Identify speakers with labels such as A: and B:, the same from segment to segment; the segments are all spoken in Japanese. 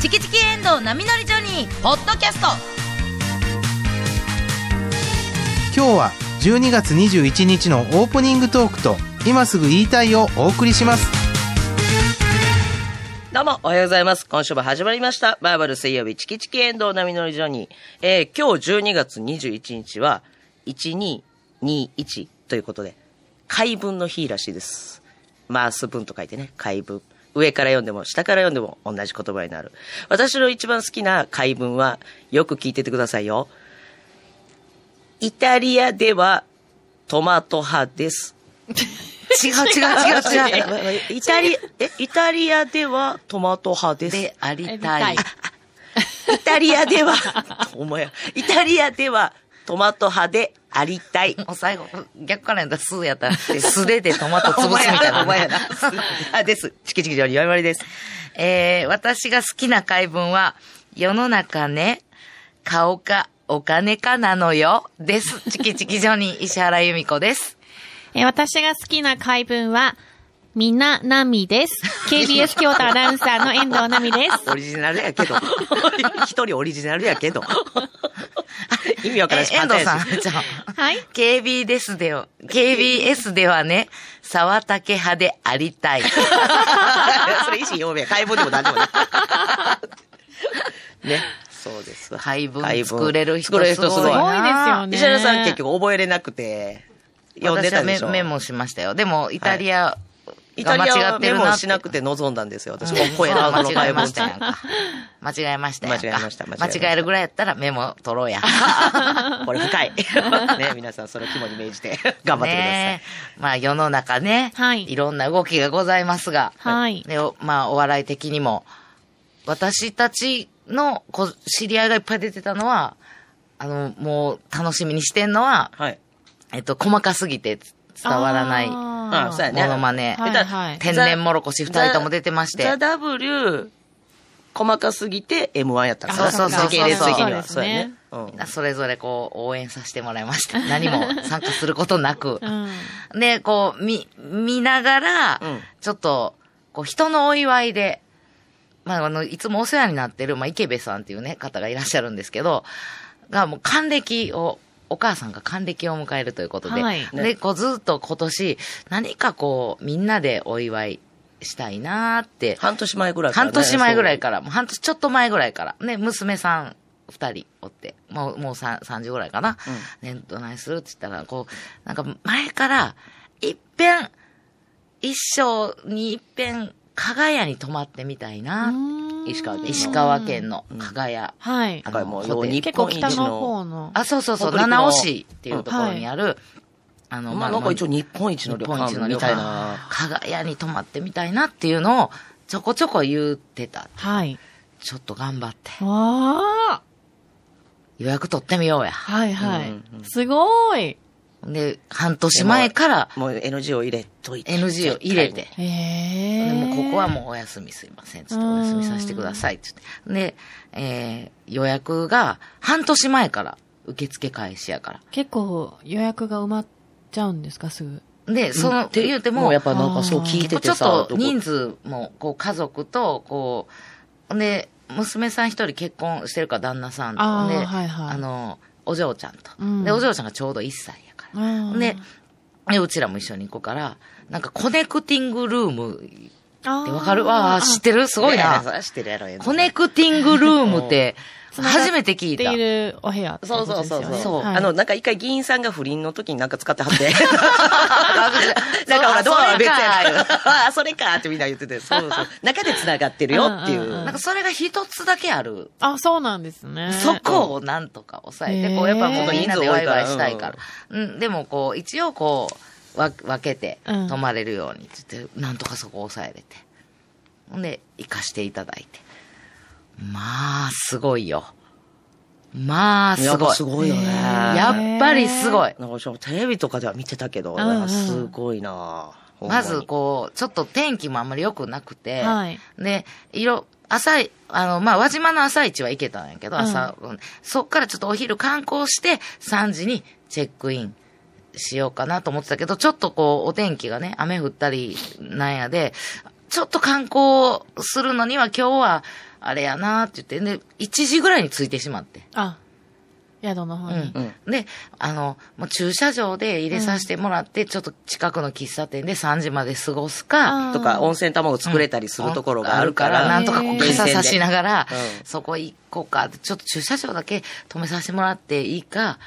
A: チキチキエンドウ波乗りジョニー」ポッドキャスト
B: 今日は12月21日のオープニングトークと今すぐ言いたいをお送りします
C: どうも、おはようございます。今週も始まりました。バーバル水曜日、チキチキエンドウ波乗りジョニー。えー、今日12月21日は、1221ということで、海分の日らしいです。マース分と書いてね、海分。上から読んでも、下から読んでも同じ言葉になる。私の一番好きな海分は、よく聞いててくださいよ。イタリアでは、トマト派 です。違う違う違う違う。イタリア、え、イタリアではトマト派です。
D: であり
A: あ
D: た
A: り
D: い。
C: イタリアで は、お前、イタリアではトマト派でありたい。
D: もう最後、 逆からやったら、すやったら、素手でトマト潰すみたいな。
C: お前やな。お前やな あ、です。チキチキジョニー、わいまりです。
D: えー、私が好きな解文は、世の中ね、顔かお金かなのよ、です。チキチキジョニー、石原由美子です。
E: えー私が好きな回文は、みななみです。KBS 京都アナウンサーの遠藤奈美です。
C: オリジナルやけ ど。一人オリジナルやけど。意味わからんし、
D: え遠藤さ
C: 簡単や
D: ん、
C: し
D: じゃあ
E: はい
D: KB ですでよ、KBS ではね、沢竹派でありた い。
C: それ、意思表明。解剖でも何でもない。 ね。そうですわ。
D: 解文作れる人
C: 解文作れる人す
D: す
C: ご
D: ご
C: い
D: い
E: すごいですよね。
C: 石原さん結局覚えれなくて、 読んでたでしょ。
D: 私はメメモしましたよ。でも、イタリア
C: イ
D: が
C: タリア
D: 間違
C: は
D: って
C: メ
D: る
C: モ
D: なって。
C: しなくて望んだんですよ。私、
D: うん
C: 声の
D: 間
C: 後の
D: 違え
C: 解
D: ま
C: 剖
D: したやんか。間違えましたや
C: 間違えました間
D: んか。
C: 違え
D: 間
C: ました
D: 違えるぐらいやったらメモ取 ろうや。
C: これ深い。ね、皆さんそれを肝に銘じ て頑張ってください。
D: ねえまあ世の中ね、
E: はい
D: ろんな動きがございますが、
E: はい
D: ねおまあお笑い的にも、私たちのこ知り合いがいっぱい出てたのは、あの、もう楽しみにしてんのは、
C: はい。
D: えっと、細かすぎて伝わらないも
C: あそうやね。
D: のまね。
E: はいはい
D: 天然もろこし二人とも出てまして
C: ザ・ The W、細かすぎて M1 やったから
D: そうそうそうそう
C: 時系列的には。
E: そ
C: そ
E: うですね
C: うやね。うん
D: みんなそれぞれこう応援させてもらいました。何も参加することな く。
E: うん。
D: で、こう、見、見ながら、
C: うん
D: ちょっと、こう、人のお祝いで、まあ、あの、いつもお世話になってる、まあ、池部さんっていうね、方がいらっしゃるんですけど、が、もう、還暦を、お母さんが還暦を迎えるということで、
E: はい
D: で、こう、ずっと今年、何かこう、みんなでお祝いしたいなーって、
C: 半年前ぐらいからね
D: 半年前ぐらいから、もう半年ちょっと前ぐらいから、ね、娘さん二人おって、もう、もうさん30ぐらいかな。ね、どないするって言ったら、こう、なんか前から、いっぺん、一生にいっぺん、加賀屋に泊まってみたいな。
C: 石川県の
D: 石川県の加賀屋。
E: はい
D: あ。
C: だからもうよう
D: ホテル
C: 日
E: 結構
C: 本一
E: 北の
C: の
E: 方。の。
D: あ、そうそうそう、
C: 北陸の
D: 七尾市っていうところにある、あの、
C: まあなんか一応日本一の
D: 日
C: 旅
D: 本
C: 館
D: 一の
C: み
D: み
C: た
D: た
C: い
D: い
C: な
D: な。。加賀屋に泊まってみたいなっていうのを、ちょこちょこ言ってた。
E: はい。
D: ちょっと頑張って。
E: わあ。
D: 予約取ってみようや。
E: はいは
C: うん
E: い。すごい。
D: で、半年前から
C: もう NG を入れといて。
D: NG を入れて。、
E: え
D: で
E: え。
D: もうここはもうお休みすいません。ちょっとお休みさせてください。つって。で、えー予約が半年前から受付開始やか
E: 結構予約が埋まっちゃうんですか、すぐ。
D: ら。で、その、って言うても、
C: やっぱなんかそう聞いて
D: ち
C: て
D: ょっ
C: さ
D: と、人数も、こう、家族と、こう、で、娘さん一人結婚してるから旦那さんと、
E: あー
D: で、
E: はいはい
D: あの、お嬢ちゃんと、
E: うん
D: で、お嬢ちゃんがちょうど1歳やから。
E: うん
D: で、で、うちらも一緒に行くから、なんかコネクティングルーム
E: あ
D: っ
E: ー
D: てわかるわあ、知ってるす
C: す
D: ごいな。
C: 知ってるやろ、遠藤さ
D: コ
C: ん
D: ネクティングルームって、初めて聞い
E: つな
D: た
E: がっ。ているお部屋って
C: そ
E: こ
C: うそ
E: と
C: う
E: です
C: そ
E: よ
C: うそ
E: ね。
C: う。
D: そう
C: あの、なんか一回議員さんが不倫の時になんか使っては って。なんかほら、
D: そ
C: ド
D: う
C: アは別や
D: そうか
C: から。あ、それかってみんな言ってて。そうそう。中で繋がってるよっていう
E: うんうんう
D: な
E: ん
D: ん
C: う
D: かそれが一つだけある。
E: あ、そうなんですね。
D: そこをなんとか抑えて、こう、
E: へ
D: やっ
E: ー
D: ぱこうみんなでワイワイ
C: 人数多い
D: し
C: から
D: たいから。うん、でもこう、一応こう、わ分けて、
E: うん
D: 泊まれるようにって言って、なんとかそこを抑えれて。ほんで、行かしていただいて。まあ、すごいよ。まあ、
C: ん。や
D: す
C: っぱ
D: ごい。
C: すごいよね。
D: やっぱりすごい。
C: なんかしかもテレビとかでは見てたけど、
E: んうん
C: なんかすごいなほん
D: ま
C: に
D: ずこう、ちょっと天気もあんまり良くなくて、
E: はい
D: で、いろ、朝い、あの、まあ、輪島の朝市は行けたんやけど、朝、うんそっからちょっとお昼観光して、3時にチェックインしようかなと思ってたけど、ちょっとこう、お天気がね、雨降ったりなんやで、ちょっと観光するのには今日は、あれやなって言って、で、1時ぐらいに着いてしまって。
E: あ、宿の方に。
D: で、あの、もう駐車場で入れさせてもらって、ちょっと近くの喫茶店で3時まで過ごすか、
E: あー
C: とか、温泉卵作れたりするところがあるか
D: うん
C: ら、
D: なんとか
E: へ
D: こう
E: ー
D: 傘差し
C: な
D: ながら、
C: うん
D: そこ行こうかって、ちょっと駐車場だけ止めさせてもらっていいか、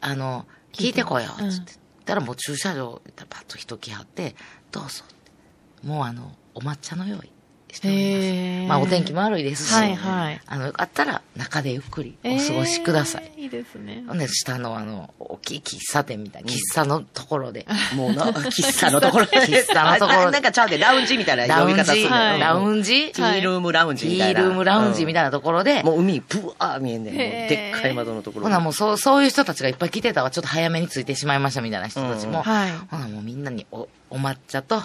D: あの、聞いてこよう、つって。
E: うん
D: 言ったらもう駐車場、行ったらパッと人来はって、どうぞって。もうあの、お抹茶の用意しておりま
E: へー
D: す。まあお天気も悪いですし、
E: はいはい
D: あの、よかったら中でゆっくりお過ごしください。
E: えーいいですね。
D: ね、下のあの、大きい喫茶店みたいな、喫茶のところで、
C: もうな、喫茶のところ。
D: 喫茶のところ
C: あなんかちゃうで、ラウンジみたいな
D: ラ
C: 呼
D: ウ
C: び
D: ン
C: 方す
D: ジ、
C: る
E: はい
D: ラウ
C: ジ。
D: ンジ、
E: テ
C: テ
E: ィ
C: ィ
E: ー
C: ー
E: ル
C: ル
E: ー
C: ームラウンジ
D: テ
C: み
D: ィ
C: たい
D: ー
C: な。
D: ルームラウンジみたいなところで、
C: もう海、ぶわー見えんねん。もう
E: へー
C: でっかい窓のところ。
D: ほなもうそう、そういう人たちがいっぱい来てたわ、ちょっと早めに着いてしまいましたみたいな人たちも、
C: うん
E: はい
D: ほなもうみんなにお、お抹茶と、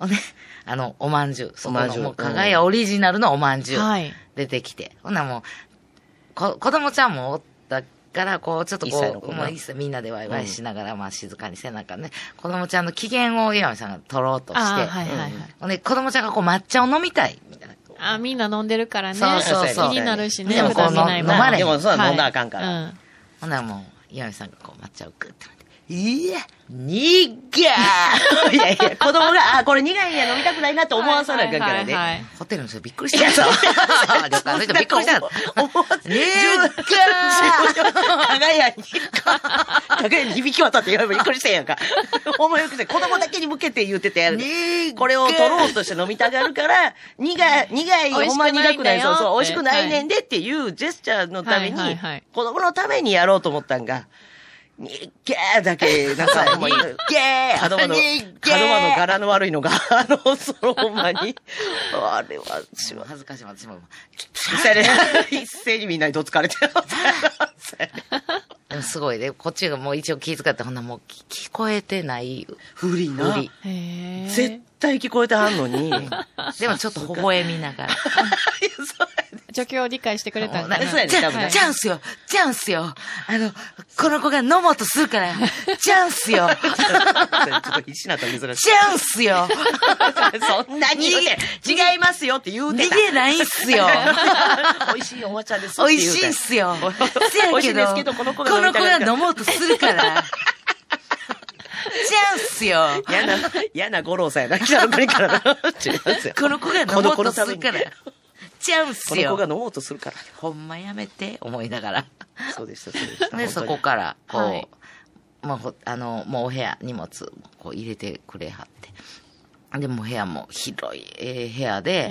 D: おね、 あの、おまんじゅう、そこ
C: おまんじ
D: の、
C: ゅう
D: もう、かがやオリジナルのおまんじゅう、
E: はい
D: 出てきて、ほなもう、こ、子供ちゃんもおったから、こう、ちょっと
C: 一歳の
D: こ
C: 子
D: う、
C: な
D: もう一歳みんなでワイワイしながら、まあ静かに背中ね、子供ちゃんの機嫌を岩見さんが取ろうとして、
E: あーはいはいはい。
D: ほんで、子供ちゃんがこう抹茶を飲みたい、みたいな。
E: あ、みんな飲んでるからね。
D: そうそうそう
E: 気になるしね。
D: でも
E: 普段
D: こう
E: 見ない
D: 飲
E: もん
D: まれへん
C: でもそう
E: は
C: だ
E: い
C: 飲んだらあかんから。
E: うん
D: ほんならもう、岩見さんがこう抹茶をグッて飲んで、いや、にっげー
C: いやいや、子供が、あ、これ苦いんや、飲みたくないなって思わさなきゃいけない
E: はいはい
C: ね。
E: はい
D: ホテルの人びっくりしたやつ。旅館の人びっく りしたやつ。
C: 思わず、
D: ねえ
C: かがやに、かがやに響き渡って言えばびっくりしてんやんか。思いよくて、子供だけに向けて言ってて、これを取ろうとして飲みたがるから、苦い、苦い、
E: 美味しくないんだよ
C: ほんま苦くない、そうそう、
E: っ
C: 美味
E: て
C: しくないねんでっていうジェスチャーのために
E: はいはいはい、
C: 子供のためにやろうと思ったんが、にっげーだけ、なん か、もう、にっげー角間の、角間の柄の悪いのが、あの、そのほんまに、あれは、し ま
D: 恥ずかしい、私も。
C: 一斉に、一斉にみんなにどつか れてる。
D: でもすごいね。こっちがもう一応気遣って、ほんなもう聞こえてない
C: 不利
D: 無理。
E: へー
C: 絶対聞こえてはんの に。いや、
D: でもちょっと微笑みなが ら。
C: そう
E: 状況を理解してくれたん
D: な
E: だ
D: んか
C: そうやね
D: ちゃ
C: 多分ね
D: ちゃうんすよちゃうんすよあの、この子が飲もうとするから、ちゃうんすよ
C: や。ちょっと石なったら珍しい。
D: ちゃうんすよ
C: そんなに言うて違いますよって言う
D: 逃
C: てた。
D: げないんすよ
C: 美味しいお抹茶ですって
D: 美
C: 言う
D: 味
C: て。
D: しいんす よ
C: 美味しいんですけどこの子が
D: こ
C: 飲
D: の
C: み
D: 子
C: たがるから
D: が飲もうとする から、ちゃうんすよ
C: 嫌な、嫌な五郎さんやな。北の国からな。違いますよ。
D: この子が飲もうとするから、ちゃうんす
C: この子
D: よ
C: が飲もうとするから。
D: ほんまやめて、思いなが ら。
C: そうでした、そうでした。
D: で、そ
C: 本当
D: こ
C: に
D: から、こう、
E: はい
D: まあほ、あの、もうお部屋、荷物、こう入れてくれはって。で、もう部屋も広い、えー部屋で、
E: へ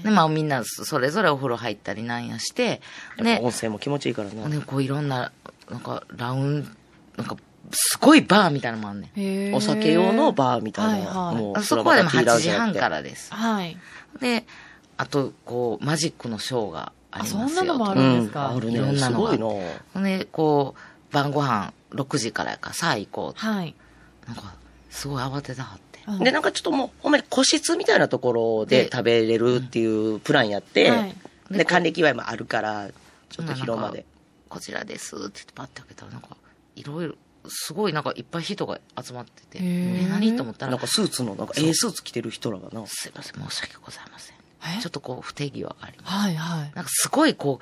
E: ー
D: で、まあみんなそそれぞれお風呂入ったりなんやして、で、
C: 温泉も気持ちいいからな。
D: ね、こういろんな、なんか、ラウン、なんか、すごいバーみたいなのもあんねん。
E: へー
C: お酒用のバーみたい
E: は
C: な。
E: いはい
C: も
D: あ
C: う、
D: そこはでも
C: ティーラ
D: 8
C: ウンジ
D: 時
C: やって
D: 半からです。
E: はい。
D: で、あと、こう、マジックのショーがありますよ。
E: あそんなのもあ
C: う
E: る
C: ん。ある
D: いろん
C: ね。
D: な
C: す
D: のが
C: ごいな。
D: ほんで、こう、晩ご飯6時からやから、さあ行こうって。
E: はい。
D: なんか、すごい慌てたはって。
E: うん
C: で、なんかちょっともう、ほんまに個室みたいなところで食べれるっていうプランやって、
E: はい
C: で、還暦祝いもあるから、ちょっと広間
D: なん
C: で
D: か。。こちらですって言ってパッて開けたら、なんか、いろいろ、すごいなんかいっぱい人が集まってて、
E: へー
D: え、何と思った
C: な
D: ら、
C: んかスーツの、なんか、ええスーツ着てる人らがな。
D: すいません、申し訳ございませ
E: え
D: ん。ちょっとこう、不手際があります。
E: はいはい。
D: なんかすごいこ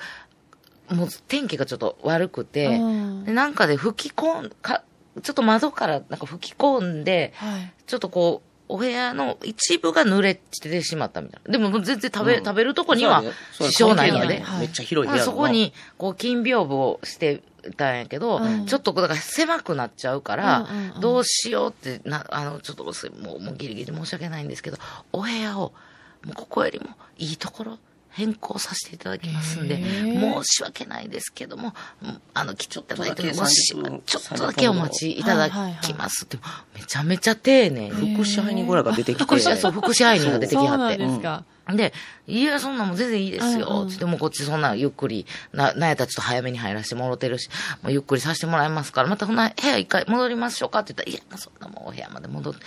D: う、もう天気がちょっと悪くて、
E: うん
D: で、なんかで吹き込ん、か、ちょっと窓からなんか吹き込んで、
E: はい。
D: ちょっとこう、お部屋の一部が濡れてしまったみたいな。でももう全然食べ、
C: うん
D: 食べるとこには
C: そう
D: 支
C: や
D: 障ないんや
E: 関係
D: で
E: ない。はい
C: めっちゃ広い
D: ま
C: 部屋
D: あ
C: や
D: そ
C: ろな
D: こ、に、こう、金屏風をしてたんやけど、
E: うん
D: ちょっとこう、だから狭くなっちゃうから
E: うんうんう、ん
D: どうしようって、な、あの、ちょっとすい、もう、もうギリギリ申し訳ないんですけど、お部屋を、もうここよりもいいところ、変更させていただきますんで、
E: へ
D: 申
E: ー
D: し訳ないですけども、うんあの、来ちょっとだけ、
C: ちょっとだけ
D: もし
C: 30分
D: ちょっとだけお待ちいただきますって、めちゃめちゃ丁寧に、
C: 副支配人ぐらいが出てきて。
D: 福祉、 そう、福祉配人が出てき
E: そう
D: はっ
E: なん
D: て
E: で。すか。
D: で、いや、そんなんも全然いいですよ。
E: うんうん
D: つって、もうこっちそんなゆっくり、な、なんやったらちょっと早めに入らせてもろてるし、もうゆっくりさせてもらいますから、またほな部屋一回戻りましょうかって言ったら、いや、そんなもうお部屋まで戻って。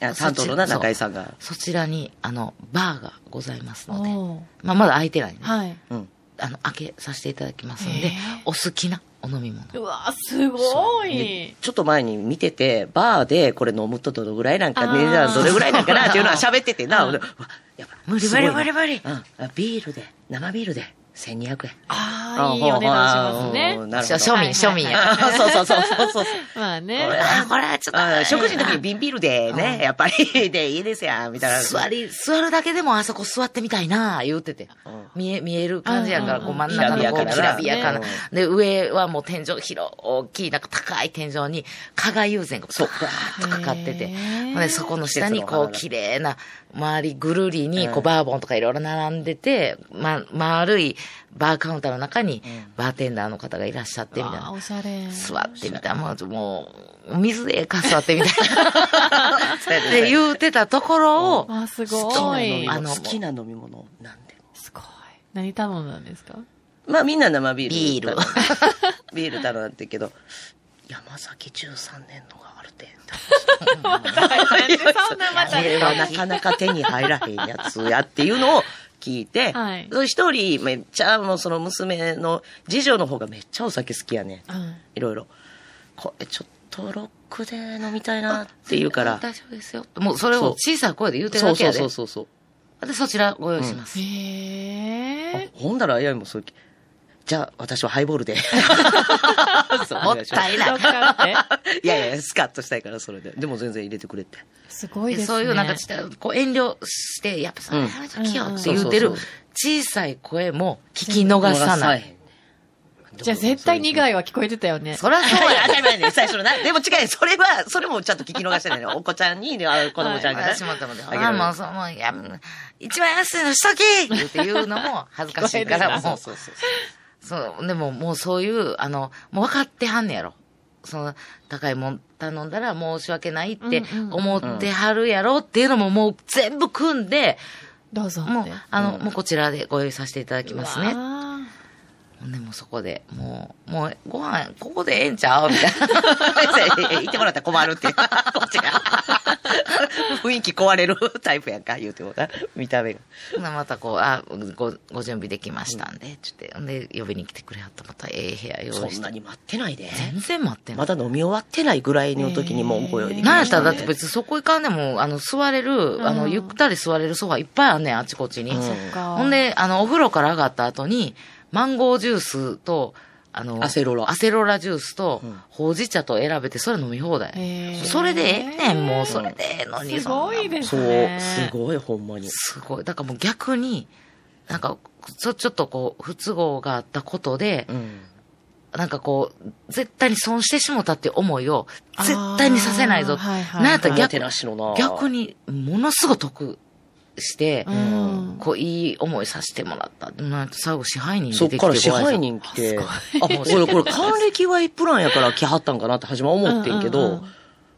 C: や
D: そち
C: 担当のな中居さんが
D: そうそちらに、あの、バーがございますので
E: おー、
D: まあ、まだ開いてないんで、
E: はい。
C: うん。
D: あの、開けさせていただきますんで
E: へー、
D: お好きなお飲み物。
E: うわ、すごい。
C: ちょっと前に見てて、バーでこれ飲むとどのぐらいなんか
E: あー
C: ね、どれぐらいなんかなっていうのは喋っててな、俺うわやっぱ
D: 無理
C: す
D: 無
C: ごいな
D: 理無理無理。
C: うん、あビールで、生ビールで1200円。
E: ああ、いいお値段しますね
C: あ。なるほど。
D: 庶民、庶民やから。
C: あそうそうそうそう そう。
E: まあね。
D: あーこれはちょっ
C: あ
D: と。
C: 食事の時に瓶ビールでね、やっぱり、で、いいですや、みたいな。
D: 座り、座るだけでもあそこ座ってみたいな、言うてて
C: うん。
D: 見え、見える感じやから、
E: うん
D: こう真ん中のこう、
C: き
D: き
C: ら
D: ら
C: び
D: び
C: や
D: や
C: かな
D: かな
C: ね。
D: で、上はもう天井、広、大きい、なんか高い天井に、加賀友禅がそう、ガーッとかかってて
E: へ。ー
D: ほんで、そこの下にこう、綺麗な、周りぐるりに、こう、バーボンとかいろいろ並んでて、ま、丸いバーカウンターの中に、バーテンダーの方がいらっしゃって、みたい
E: あ
D: な
E: ー。おしゃれ。
D: 座ってみたい。もう、もう、水でええか座ってみたいな。っ て言うてたところを、
E: あ、す
C: 好き
E: ご
C: な飲
E: い
C: み。
D: あ
C: 物
D: の
C: 好きな飲み物なんで。
E: すごい。何頼むんで すか
C: まあみんな生ビール。
D: ビー ル。
C: ビール頼んだけど、山崎13年のがあるて。
E: そんなまた
C: こ。れはなかなか手に入らへんやつやっていうのを聞いて、
E: はい
C: その一人めっちゃもうその娘の次女の方がめっちゃお酒好きやねん。
E: うん
C: いろいろ。これちょっとロックで飲みたいなって言うから。
D: 大丈夫ですよ。もうそれ
C: そう
D: を小さい声で言うてる
C: そ
D: だ
C: う
D: け
C: そ
D: や
C: う
D: で。
C: そうそうそう。
D: で、そちらご用意します。
C: あ
E: へえ。
C: ほんだら、あやみもそうきじゃあ、私はハイボール で。そう
D: も
C: お
D: っ
C: 願いしま
D: たい
E: ど
D: な
E: っ
D: い。
E: かって
C: すいやいや、スカッとしたいから、それで。でも全然入れてくれって。
E: すごいですね。
D: そういうなんかちょっとこう遠慮して、やっぱそれやめときよって言うて
C: うん
D: る
C: うんそうそう
D: 小さい声も聞き逃さない。
C: い。
E: じゃあ絶対苦
C: い。
E: いは聞こえてたよね。
D: そりゃそうや。
C: 当たり前ね、最初のな。でも違い、それは、それもちゃんと聞き逃してないの。お子ちゃんに、あ子供ちゃんがね。
D: 私もと思って、
C: あげ
D: あ、
C: る
D: もうそう、もう、いや、 一番安いのしとき言うて言うのも恥ずかしいから、もう、
C: そうそうそう。
D: そう、でももうそういう、あの、もう分かってはんねやろ。その、高いもん頼んだら申し訳ないって
E: うんうん
D: 思ってはるやろっていうのももう全部組んで、
E: どうぞって。
D: もう、あの、
C: うん
D: もうこちらでご用意させていただきます
E: う
D: ね。
E: わ
D: でもうそこで、もう、もうご飯、ここでええんちゃうみたいな。
C: 言ってもらったら困るっていう。 こっちが。雰囲気壊れるタイプやんか、言うてもな。見た目が。
D: ほなま たこう、あ、ご、ご準備できましたんで、ちょっと、で、呼びに来てくれはったまたええ部屋用意
C: そん
D: し
C: な
D: て。
C: に待ってないで。
D: 全然待ってない
C: ま。だ飲み終わってないぐらいの時にもうご用意でき
D: なんや
C: ま
D: っ
C: したた、
D: ら
C: ね。
D: だって別にそこ行かんでも、あの、座れる、あの、ゆったり座れるソファいっぱいあんねん、あちこちに。
C: うん
E: ーそっか。
D: ほんで、あの、お風呂から上がった後に、マンゴージュースと、あの、
C: アセロラ
D: アセロラジュースと
C: うん、
D: ほうじ茶と選べて、それ飲み放題
E: へー。
D: それでええねん、もう、それでええのに。
E: すごい
D: そんなもん
E: です
C: そう、
E: ね。
C: すごい、ほんまに。
D: すごい。だからもう逆に、なんか、ちょ、ちょっとこう、不都合があったことで、
C: うん。
D: なんかこう、絶対に損してしもたっていう思いを、絶対にさせないぞ。
E: あーはいはい
D: なんやったら
C: おも
D: 逆
C: てなしのな。
D: 逆に、ものすごく得して、
E: うん。
D: こう、いい思いさせてもらった。でもなんか最後、支配人
C: そ
D: 出
C: って
D: きて
C: から支
D: ご挨拶
C: 配人来て、あ、
D: い
C: 俺これ還暦祝いプランやから来はったんかなって初めは思ってんけ
E: うんうんう
C: ど
E: ん、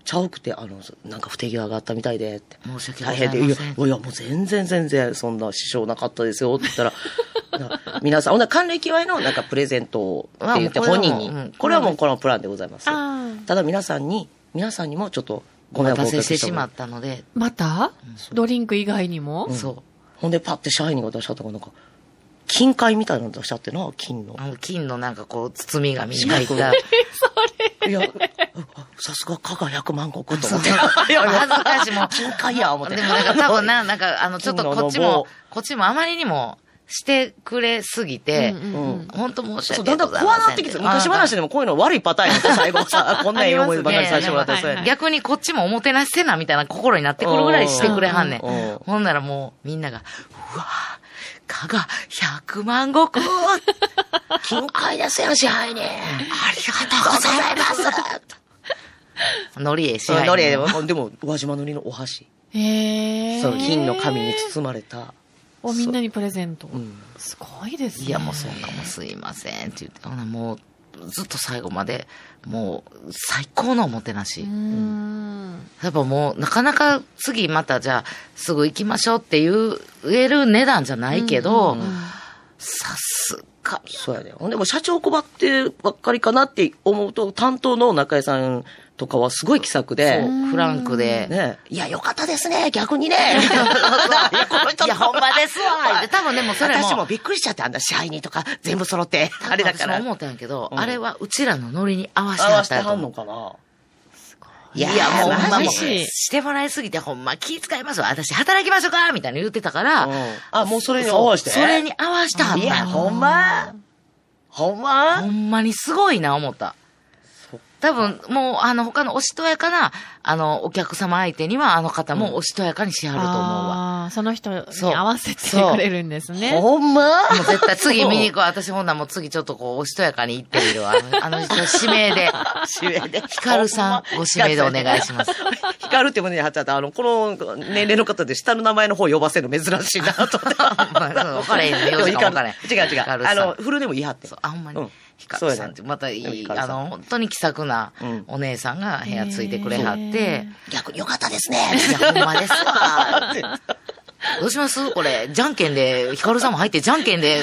C: ちゃうくて、あの、なんか不手際があったみたいでって。
D: 申し訳ご
C: 大
D: ざい
C: 変
D: ま
C: で、
D: せん。
C: いや、いや、もう全然全然、そんな支障なかったですよって言っ たら、な皆さん、ほんなら還暦祝いのなんかプレゼントをって言って
D: あもうこれは
C: 本人に、
D: うん
C: これはもうこのプランでございます。
E: あー
C: ただ皆さんに、皆さんにもちょっとご
D: お
C: 迷
D: 待
C: 惑を
D: た
C: おか
D: せ
C: け
D: してしま
C: も
D: ったので、
E: またドリンク以外にも
D: そ
C: ほんで、パッて支配人が出しちゃったから、なんか、金塊みたいなの出しちゃってな、金の
D: う、。あの金のなんかこう、包み紙に入った。
C: いや、さすが加賀百万石と
D: そ
C: 思
D: う
C: って。 いやいや
D: 恥ずかしいもう
C: 金塊や、思って。
D: でもなんか多分な、なんか、あの、ちょっとこ っち
C: 金の延
D: も、こっちもあまりにもしてくれすぎて、
E: うんうんうん
D: 本当申し
C: そう、
D: 訳
C: だ
D: ご
C: んだ
D: ざ
C: ん
D: いません。
C: 怖なってきて、昔話でもこういうの悪いパターンや ん最後さ、こんなええ思いばかりさせてもらったりそうやね
E: はい
D: 逆にこっちもおもてなしせなみたいな心になってくるぐらいしてくれはんねん。
C: うんうん
D: ほんならもうみんなが、うわぁ、加賀100万石あり
C: 金塊ですよ、支配人。
D: がとうございますノリエし
C: そう、
D: ノ
C: の
D: リ
C: りで
D: エでも。
C: も、でも、宇和島のりのお箸。
E: へえ。
C: そう、金の紙に包まれた。
E: をみんなにプレゼント
C: うん。
E: すごいですね。
D: いやもうそんなもんすいませんって言って、ほなもうずっと最後まで、もう最高のおもてなし。
E: うーん。
D: やっぱもう、なかなか次またじゃあ、すぐ行きましょうっていう、言える値段じゃないけど、さすが。
C: そうやで。ほんでも、社長困ってばっかりかなって思うと、担当の中井さんとかはすごい気さくで、
D: フランクで。
C: ね。いや、よかったですね、逆 にね。
D: いや、ほんまですわ。で多分でもそれも。
C: 私もびっくりしちゃって、あんな支配人とか全部揃って、あれだか
D: 私も
C: ら。
D: 思ったんやけど、
C: うん
D: あれはうちらのノリに合わせ
C: 合
D: は
C: わ
D: っ
C: せて
D: たやと
C: はん
D: 思
C: の
D: う。
C: かな
D: いや、
C: いや
D: もう、ほんまもう、
E: 嬉しい
D: してもらいすぎて、ほんま、気遣いますわ。私、働きましょうかみたいな言ってたから、
C: うんあ、もうそれに合わせて。
D: それに合わしたはった
C: いや、ほんまほん
D: ほ
C: ま
D: んまにすごいな、思った。多分、もう、あの、他のおしとやかな、あの、お客様相手には、あの方もおしとやかにしはると思うわ。
E: あーその人
D: そう
E: に合わせてくれるんですね。
C: ほんま
D: もう絶対次見に行こう。私ほんならもう次ちょっとこう、おしとやかに行ってみるわ。あのあの人、指名 で。
C: 指名で。
D: ヒカルさん、ご指名でお願いします。
C: ヒカルって胸に貼っちゃった。あの、この年齢の方で下の名前の方呼ばせるの珍しいな と思って。
D: わからへん名字かわからへん
C: 違う違う。
D: ヒカルさ
C: あ
D: ん
C: の、フルでも言い張って
D: そう。あ、ほんま
C: う
D: に
C: ん。
D: ヒカルさんって、
C: そうやね
D: またい
C: でもヒ
D: い、
C: カルさ
D: あ
C: ん
D: の、本当に気さくな
C: うん
D: お姉さんが部屋ついてくれはって、
C: 逆に良かったですね。
D: いや、ほんまです わ。
C: って
D: どうしますこれ、じゃんけんで、ヒカルさんも入って、じゃんけんで、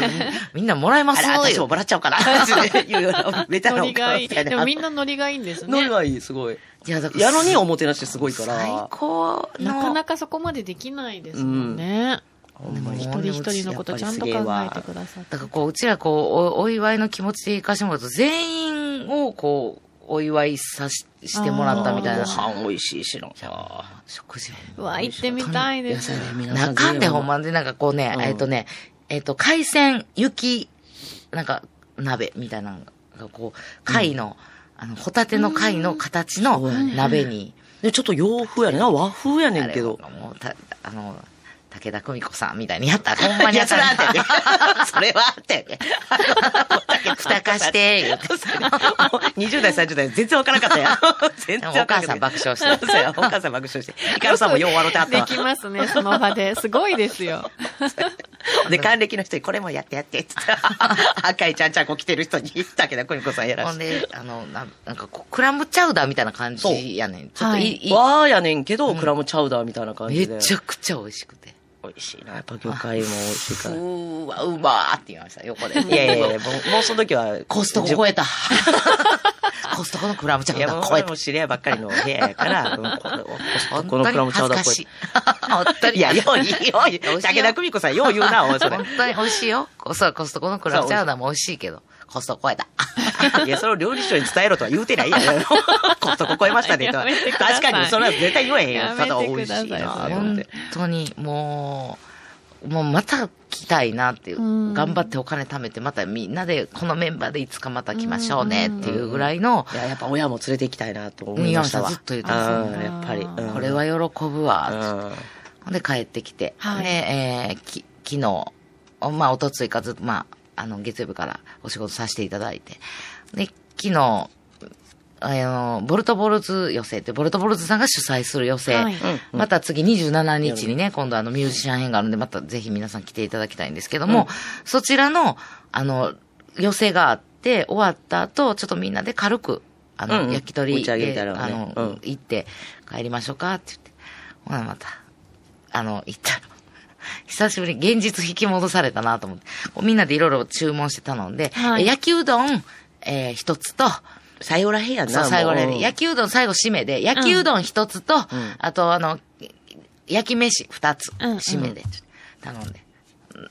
D: みんなもらえます
C: あら、私ももらっちゃおう かな。って言うような、ベタな
E: ノ
C: お
E: リが
C: 母
E: いい。
C: さんやね
E: でもみんなノリがいいんです
C: ノリ
E: ね。
C: がいい、すごい。
D: いや、だから、
C: やのにおもてなしすごいから。
D: 最高の。
E: なかなかそこまでできないですもんね。
C: ほんまに
E: 一人一人のことちゃんと考えてくださって。
D: だからこう、うちらこう、おお祝いの気持ちで行かしてもらうと、全員をこう、お祝いさししてもらったみたいな
E: あ。ー
C: ご飯美味しいしな。
D: 食事
E: うわ、行ってみたいです。
D: なかんでほんまで、なんかこうね、
C: うん
D: えっとね、えっと、海鮮、雪、なんか、鍋みたいなのが、こう、貝の、あの、ホタテの貝の形の鍋に、
C: で、ちょっと洋風やねんな。和風やね
D: あ
C: ん
D: れ
C: けど。
D: もうた、あの、武田久美子さんみた いにやったら、ほんまに
C: いや、それはあった
D: た
C: よね。それはあったよ ね。
D: 蓋化して、言うて。
C: もう20代、30代、全然わからなかったよ。全然わからなかった。
D: でもお母さん爆笑して
C: そうや、お母さん爆笑 して。ヒカルさんもよう笑ってあった
E: で
C: わ
E: きますね、その場で。すごいですよ。
C: で、還暦の人にこれもやってや って、つって。赤いちゃんちゃんこ着てる人に、武田久美子さんやら
D: ほん
C: して。
D: で、あの、ななんかこう、クラムチャウダーみたいな感じやねん。ちょっといい、いい
C: わーやねんけど、クラムチャウダーみたいな感じで。
D: めちゃくちゃ美味しくて。
C: 美味しいな。やっぱ魚介も美味しいうから。い
D: ーわ、うまーって言いました、横で。い
C: やいやい
D: や
C: や、もうもうその時は。
D: コストコ
C: 自分
D: 超えた。 コストコのクラムチャウ
C: いや、
D: ダ
C: もう
D: ー超え
C: 俺
D: た
C: も。知り合いばっかりの部屋や から、うんこれこ
D: 本
C: この
D: 当
C: クラ
D: に
C: ムチャウ
D: 恥ず
C: ダー
D: か
C: っぽ
D: しい
C: い。。
D: 本当に。
C: いや、よういいよういい。
D: 美味
C: 武
D: しいよ
C: 田久美子さん、よう言うな、おい、そ れ
D: 本。当に美味しいよ。こそう、コストコのクラムチャウダーも美味しいけど、コストコ超えた。
C: いや、それを料理長に伝えろとは言うてないやん。 コストコ超えましたね、とは
E: やめてくださ
C: 確
E: い
C: かに、それは絶対言わへんや
E: や
C: ん。
E: め
C: た
E: てく
C: だ
E: ださい
C: 美味しいな、と思っ
D: 本
C: て。
D: 当に、もう、もうまた来たいなっていう、
E: うん
D: 頑張ってお金貯めて、またみんなで、このメンバーでいつかまた来ましょうねっていうぐらいの、
C: いや、やっぱ親も連れて行きたいなと思いましたわ。
D: うんずっと言って
E: た
C: うんやっぱり。うん
D: これは喜ぶわ、ほんで帰ってきて、
E: はい
D: で、えーき、昨日、おまあ、おとついかずっと、まあ、あの、月曜日からお仕事させていただいて、で、昨日、あの、ボルトボルズ寄席って、ボルトボルズさんが主催する寄席、
E: はい
D: また次27日にね、今度あのミュージシャン編があるんで、またぜひ皆さん来ていただきたいんですけども、そちらの、あの、寄せがあって、終わった後、ちょっとみんなで軽く、あの、
C: うんうん
D: 焼き鳥
C: 打ち上げみたいな
D: で
C: の
D: あ
C: ね
D: の、
C: うん
D: 行って帰りましょうかって言って、ほなまた、あの、 行ったら、久しぶりに現実引き戻されたなと思って、こうみんなでいろいろ注文して頼んで、
E: はい
D: え焼きうどん、えー一つと、
C: 最後らへんやんな。
D: そう、最後ね、
C: や
D: 焼きうどん最後締めで、焼きうどん一つと、
C: ん
D: あとあの、焼き飯二つ、
E: うん
D: 締めで、頼んで。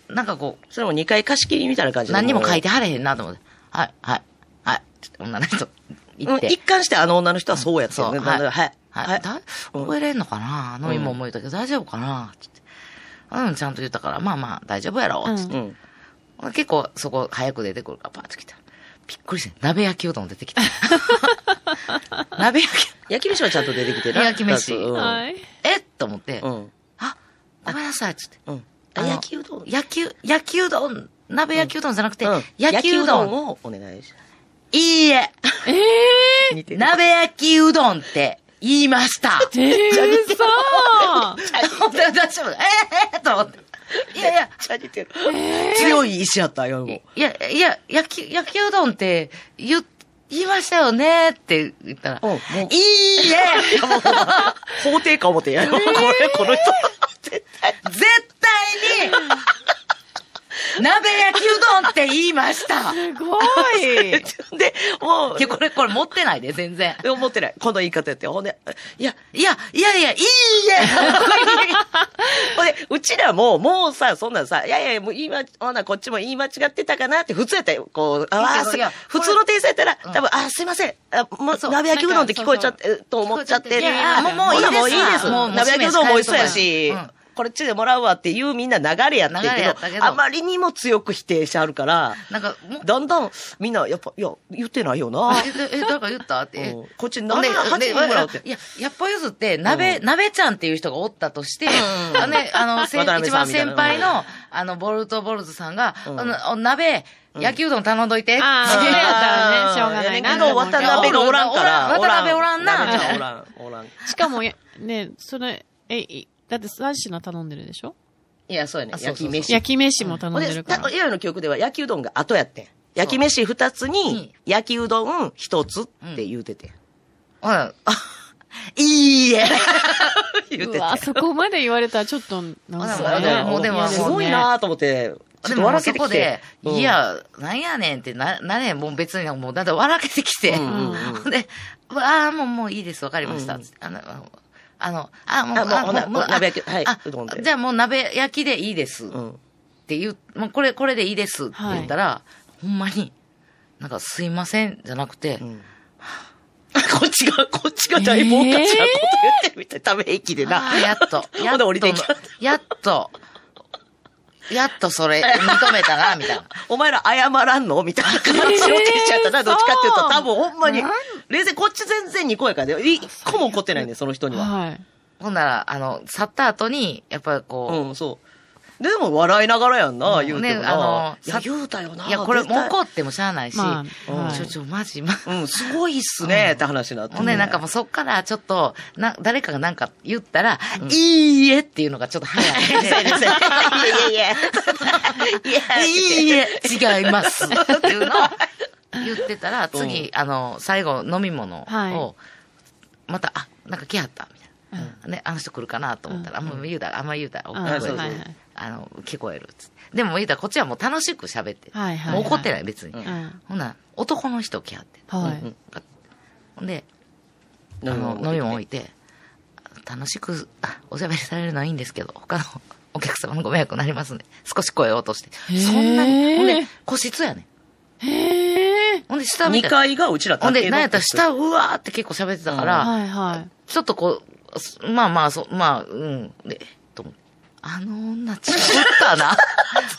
D: なんかこ
C: それも2回貸し切りみたいな感
D: う、
C: じ
D: 何にも書い
C: て。
D: てはれへんなと思って、はい、はい、はい、ちょっと女の人、行
C: うん
D: って。
C: 一貫してあの女の人はそうやって
D: そ
C: るね。
D: う、は
C: ないんだはい。
D: はい。だ
C: うん
D: 覚えれんのかな飲み物も言うたけど、大丈夫かなつって。うん、ちゃんと言ったから、まあまあ、大丈夫やろ。つって
C: うん。
D: 結構そこ早く出てくるから、パーッと来た。びっくりして、鍋焼きうどん出てきた。鍋焼き、
C: 焼き飯はちゃんと出てきてる。
D: 焼き飯
C: うん。
E: はい。
D: えっと思って、
C: うん。
D: あ、ごめんなさい、つって。
C: うん。
D: あ
C: あ
D: の
C: 焼きうどん
D: 焼きう、焼きうどん、鍋焼きうどんじゃなくて、
C: うん
D: 焼きうどん。
C: をお願いし
D: いいえ、
C: 似てる
D: 鍋焼きうどんって言いました。
E: えー、嘘
D: 本当に私も、ええー、と思って。いやいや、
C: めっちゃ似てる強い意志やった、よも。
D: いや、いや、焼き、焼きうどんって言、言いましたよねって言ったら、
C: うんもう
D: いいえ、
C: 法廷か思ってや よ。これ、この人。絶対
D: 絶対に、鍋焼きうどんって言いました。
E: すごい。
C: で、もう
D: いや、、これ、これ持ってないで、全然。
C: 思ってない。この言い方やって。ほんで、いや、
D: いや、いやいや、いい
C: ほんで、うちらも、もうさ、そんなんさ、いやいや、もう言いま、ほな、こっちも言い間違ってたかなって、普通やったよ。こう、あ
D: い
C: あ、
D: や
C: す
D: いや
C: 普通の訂正やったら、
D: うん
C: 多分、ああ、すいません。あ、もう
D: そう
C: 鍋焼きうどんって聞こえちゃって、と思っちゃって。
D: 聞こえちゃっていやもうもういい
C: ほ
D: です
C: なもういいです。
D: もうもう
C: 鍋焼きうどんも美味しそうやし
D: うん、
C: これっちでもらうわっていうみんな流れやってん
D: 流れやった
C: け
D: け
C: ど、
D: ど
C: あまりにも強く否定してあるから、
D: なんか、もう、
C: だんだん、みんな、やっぱ、いや、言ってないよな。
D: え、 え、誰か言ったって。
C: うんこっち、
D: ほん
C: 7、
D: で
C: 8
D: で
C: もらうって
D: い。や、やっぱゆずって、鍋、
C: うん
D: 鍋ちゃんっていう人がおったとして、
C: ん
D: あのね あの、せ
C: 渡辺
D: 一
C: さん
D: 番
C: みたいな
D: 先輩の、あの、ボルト・ボルズさんが、
C: うん
D: あのお鍋、焼きうどん頼んどいて。
E: あ
D: っ
E: ー
D: て
E: それ やったらねしょうがないな
C: やねんけど、渡辺がおらんから。
D: 渡辺おらんな
C: 渡辺おらん、おらん。
E: しかもや、ね、それ、え、いだって3品頼んでるでしょ
C: いや、そうやね
D: あ。そう
C: 焼
D: そうそ
C: き
D: う
C: 飯。
E: 焼き飯も
C: ほ
E: 頼
C: ん
E: んで
C: で、
E: るから
C: た。イライの記憶では焼きうどんが後やってん。焼き飯二つに、焼きうどん一つって言うててん。
D: ほら
C: いいえ言うて
E: う
C: て。
E: わ、そこまで言われたらちょっと、なん
D: そ
E: か
D: うだ
E: ね。
D: よもうでも
E: 嫌
C: す
E: ね
C: ごいなと思って、ちょ
D: で
C: っと
D: ももう
C: 笑け
D: そ
C: て
D: こ
C: きて
D: で。、
C: うん
D: い、や、なんやねんってな、なれん、もう別にもう、だって笑けてきて、
C: うん
E: ん
C: うんうん
D: ほんで、ああ、もう、もういいです、わかりました。
C: うん
D: つってあの、あの、あもう、
C: あもう
D: あ
C: ほな
D: あ
C: 鍋焼きはい
D: あ
C: うどんで
D: じゃあもう鍋焼きでいいです。
C: う
D: っ
C: ん。
D: て言う、もうこれ、これでいいですって言ったら、ほんまに、なんかすいませんじゃなくて、
C: うん。 こっちが、こっちが大冒険ちゃんこと言ってみたい。ため息でな
D: あ。ーやっと、や
C: ほん
D: っ
C: で
D: と
C: 降りてきた、
D: やっと、やっとそれ、認めたな、みた いな。
C: お前ら謝らんのみたいな感じのテンションやったな、
E: えー
C: どっちかっていうと、
E: そう
C: 多分ほんまに
E: なん、
C: 冷静、こっち全然にこやからね。一個も怒ってないね、その人には。
E: はい。
D: ほんなら、あの、去った後に、やっぱりこう、
C: うん、そう。でも笑いながらやんな、
D: うん
C: 言うても
D: ねあ
C: な
D: の。
C: いや、
D: さ
C: 言うたよな。
D: いや、これ、
C: 絶対
D: もう怒ってもしゃあないし、
E: まあ、
C: うん
E: はい
D: ちょちょ、マジ、ま、
C: うん、すごいっすね、って話になって。
D: ほんで、なんかもうそっからちょっと、な、誰かがなんか言ったら、いいえっていうのがちょっと早い。
C: 冷静冷静いやいやいや。いや。
D: いいえ違いますっていうのを言ってたら、次、あの、最後、飲み物
E: はい
D: を、また、あ、なんか来はった、みたいな。ね、あの人来るかなと思ったら、あんま言うたら、あんま言うたら、
E: うん
C: あそうそう
E: はいはい
D: あの、聞こえるっつって。でも言うたら、こっちはもう楽しく喋って。
E: はいはいは
D: も
E: いう
D: 怒ってない、別に。
E: ん
D: ほな、男の人来はって。
E: は
C: うん
E: い。
D: ほんで、
C: 飲
D: あ
C: み
D: の
C: 物
D: 飲み物置いて、楽しくあおしゃべりされるのはいいんですけど、他の お客様のご迷惑になりますんで、少し声を落として。
E: へー
D: そんなに、ほんで、個室やね
E: へえ。
D: ん。ほんで、下見
C: 二
D: たら、
C: 階がうちら
D: ほんで、なん
C: な
D: やったら下、うわーって結構喋ってたから、
E: はいはい。
D: ちょっとこうす、まあまあ、そまあ、うん、で、と思ってあの女チクったな。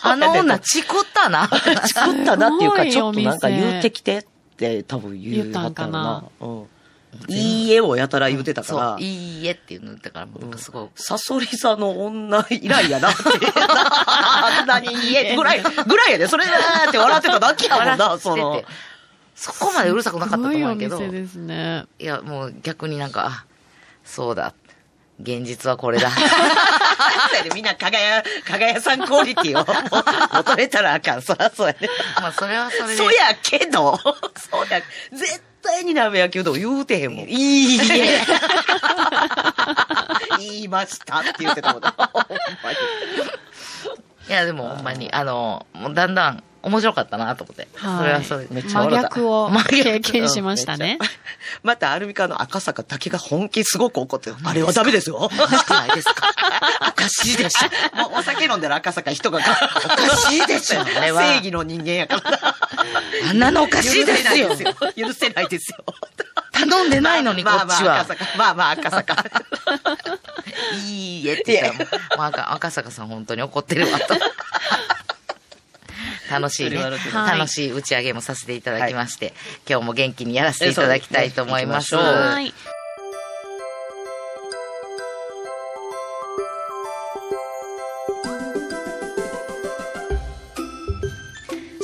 D: あの女チクったな。
C: 作ったなっていうか、ち
E: す
C: ょ
E: ごい
C: っと
E: お店
C: なんか言ってきてって多分言うはったよな。うん。いいえをやたら言うてたか
D: そ
C: ら
D: う、。いいえっていうの言ったから、もうなんかすごい、
C: サソリ座の女以来やなって。あんなに言えってぐらい、ぐらいやで、それだーって笑ってただけやもんな、そ
D: 笑っ
C: の
D: てて。そこまでうるさくなかったと思うんやけど。
E: すごいお店ですね。
D: いや、もう逆になんか、あ、そうだ。現実はこれだ。
C: それでみんな輝、輝さんクオリティをもう求めたらあかん。そらそうやね。
D: まあ、それはそれで。
C: そやけど、そうや、絶対に鍋焼きうどん言うてへんもん。いいえ。言いましたって言ってたもんな。ほんまに。
D: いや、でもほんまに、あの、もうだんだん面白かったなと思って。
E: はい
D: それはそれで。
C: めっちゃ
E: 真
C: 笑った
E: 逆を
D: 真逆
E: 経験しましたね。
C: またアルミカの赤坂だけが本気すごく怒ってる。あれはダメですよ。
D: おかしくない ですかおかしいでし
C: もうお酒飲んでる赤坂人が、おか
D: しいでしょあれは
C: 正義の人間やから。
D: ょ。あんなのおかしいですよ。
C: 許せないですよ。
D: 頼んでないのに、こっ
C: まあまあ
D: ちは。
C: まあまあ赤坂。まあまあ赤坂。
D: いいえって言ったらもう、まあ赤、赤坂さん本当に怒ってるわと。 楽しいね。
C: それは楽しい
E: はい
D: 楽しい打ち上げもさせていただきまして、今日も元気にやらせていただきたいと思います。
C: そうですね行きましょう
E: はい。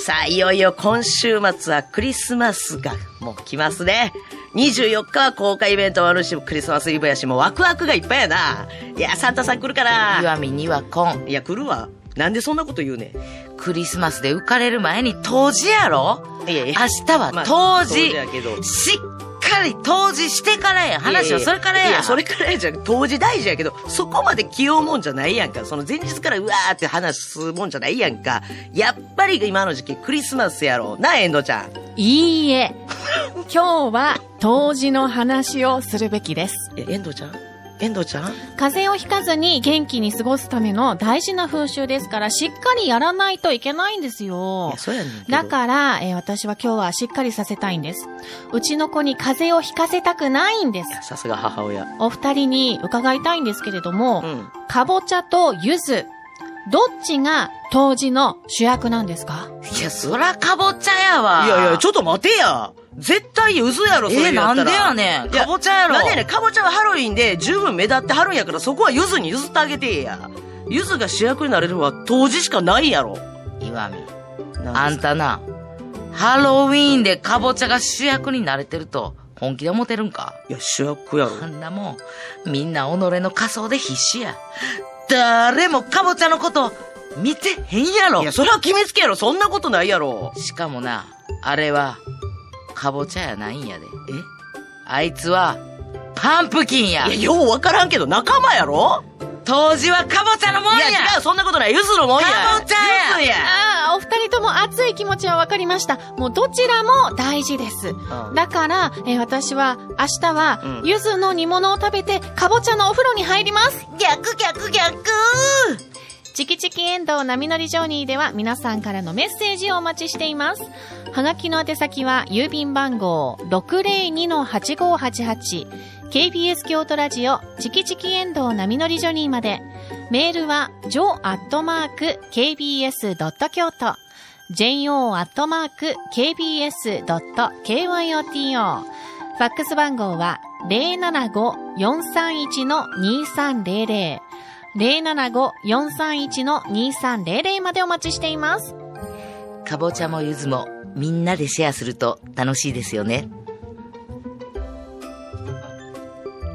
C: さあ、いよいよ今週末はクリスマスがもう来ますね。24日は公開イベントもあるし、クリスマスイブやし、もうワクワクがいっぱいやな。いや、サンタさん来るか
D: 岩
C: ら。
D: 見にはコン。
C: いや、来るわ。なんでそんなこと言うね
D: クリスマスで浮かれる前に当時やろ
C: ん。いやい
D: 明日は
C: まあ
D: 当時、
C: 当時やけど
D: しっかかり当時してからや。話をそれからや。
C: いや、それからやじゃん。当時大事やけど、そこまで気負うもんじゃないやんか。その前日からうわーって話すもんじゃないやんか。やっぱり今の時期クリスマスやろう。な、エンドちゃん。
E: いいえ。今日は当時の話をするべきです。
C: え、エンドちゃんエンドちゃん
E: 風邪をひかずに元気に過ごすための大事な風習ですから、しっかりやらないといけないんです
C: い
E: よ
C: や、。そうやねんけど。
E: だから、えー私は今日はしっかりさせたいんです。うちの子に風邪をひかせたくないんです。
C: さすが母親。
E: お二人に伺いたいんですけれども、
C: うん。
E: かぼちゃとゆず、どっちが当時の主役なんですか
D: いや、そらかぼちゃやわ。
C: いやいや、ち
D: ょ
C: ょっと待てや。絶対ゆずやろ、そ
D: え
C: れ
D: ー、
C: 言
D: な
C: ったら。
D: んでやねん。
C: いや
D: かぼちゃやろ。
C: なんでやねん、かぼちゃはハロウィンで十分目立ってはるんやから、そこはゆずに譲ってあげてや。ゆずが主役になれるのは当時しかないやろ。
D: 岩見。
C: な
D: あんたな、ハロウィーンでかぼちゃが主役になれてると、本気で思ってるんか
C: いや、主役やろ。
D: あんなもん、みんな己の仮装で必死や。誰もかぼちゃのこと、見てへんやろ
C: いや、それは決めつけやろ。そんなことないやろ。
D: しかもな、あれは、かぼちゃやないんやで。えあいつは、パンプキンや
C: いや、ようわからんけど、仲間やろ
D: 当時はかぼちゃのもん
C: い
D: や
C: や、違う、そんなことない。ゆずのもんや。
D: かぼちゃや
C: ゆずや。
E: ああ、お二人とも熱い気持ちはわかりました。もうどちらも大事です。だから、えー私は明日は、
C: うん
E: ゆずの煮物を食べて、かぼちゃのお風呂に入ります。
D: 逆逆逆
E: チキチキエンドウ波乗りジョーニーでは皆さんからのメッセージをお待ちしています。はがきの宛先は郵便番号 602-8588KBS 京都ラジオチキチキエンドウ波乗りジョニーまで。メールは j o k b s k y o t jo.kbs.kyoto ファックス番号は075-431-2300 075-431-2300までお待ちしています。
D: かぼちゃもゆずも、みんなでシェアすると楽しいですよね。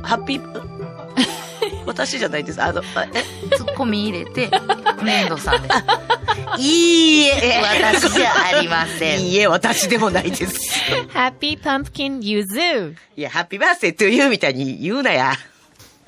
C: ハッピー、 私じゃないです。あの、あえ、
D: ツッコミ入れて、メンドさんです。 いいえ、私じゃありません。
C: いいえ、私でもないです。
E: Happy Pumpkin Yuzu!
C: いや、ハッピーバースデートゥーユーみたいに言うなや。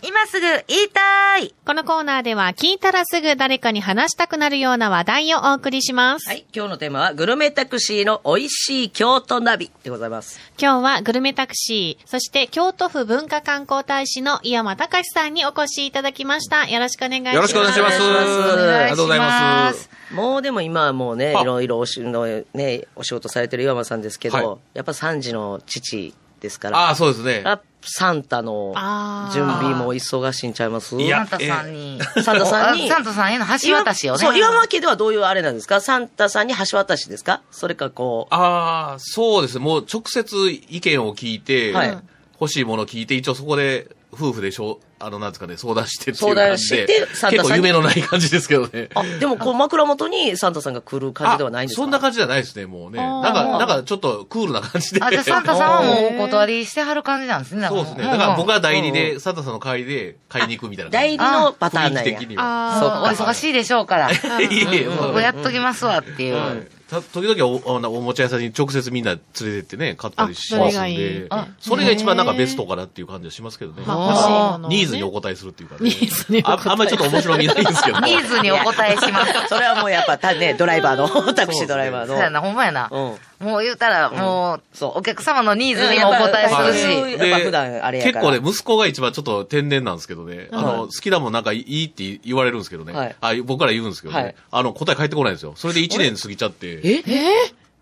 D: 今すぐ言いたい
E: このコーナーでは聞いたらすぐ誰かに話したくなるような話題をお送りします。
C: はい、今日のテーマは、グルメタクシーの美味しい京都ナビでございます。
E: 今日はグルメタクシー、そして京都府文化観光大使の井山隆さんにお越しいただきました。よろしくお願いします。
F: よろしくお願いします。ありがとうございます。。
C: もうでも今はもうね、
F: あ
C: いろいろおしの、ね、お仕事されてる岩間さんですけど、
F: はい
C: やっぱ3時の父ですから、
F: ああ、そうですね。
C: あサンタの
E: あー
C: 準備も忙しいんちゃいます
F: い
D: サ
F: や
D: ンタさんに、
C: サンタさんに
D: あサンタさんへの橋渡しをね。
C: そう、岩間家ではどういうあれなんですかサンタさんに橋渡しですかそれかこう、
F: ああ、そうです。もう直接意見を聞いて、
C: はい
F: 欲しいものを聞いて、一応そこで夫婦でしょ、あの、なんですかね、相談してってい
C: 相
F: う感
C: 談
F: じ
C: して
F: で。
C: サンタさんに
F: 結構夢のない感じですけどね。
C: あ、でもこう枕元にサンタさんが来る感じではないんですか
F: あそんな感じじゃないですね、もうね。
E: あー
F: なんか、なんかちょっとクールな感じで。
D: あ、じゃあサンタさんはもうお断りしてはる感じなんですね。
F: そうですね。
D: も
F: だから僕
D: も
F: は代理で、サンタさんの代わりで買いに行くみたいな感
C: 代
F: じ。
C: 理のパターンなん
F: 雰囲
C: や
F: 気。的には。
E: あ
D: う
E: ー
D: お忙しいでしょう から、こ
F: いえいえ、そんな
D: こやっときますわっていう。
F: はいた時々おおおもちゃ屋さんに直接みんな連れてってね、買ったりします
E: あそれ
F: ん
E: がいい
F: で、それが一番なんかベストかなっていう感じはしますけどね。
E: まあ欲しいものをね
F: ニーズにお答えするっていうかね。
E: ニーズにお答え
F: ああんまりちょっと面白みないんですけど。
D: ニーズにお答えします。
C: それはもうやっぱ、たね、ドライバー の、タクシードライバー
D: そうや
C: の。
D: な、ほんまやな。
C: う
D: もう言うたら、もう、
C: そう
D: お客様のニーズにもお答えするし。
C: うんやっぱ
F: で
C: 普段あれやから
F: 結構ね、息子が一番ちょっと天然なんですけどね、あの、好きだもんなんかいいって言われるんですけどね、
C: はい
F: あ僕から言うんですけどね、
C: はい
F: あの、答え返ってこないんですよ。それで1年過ぎちゃって、
C: え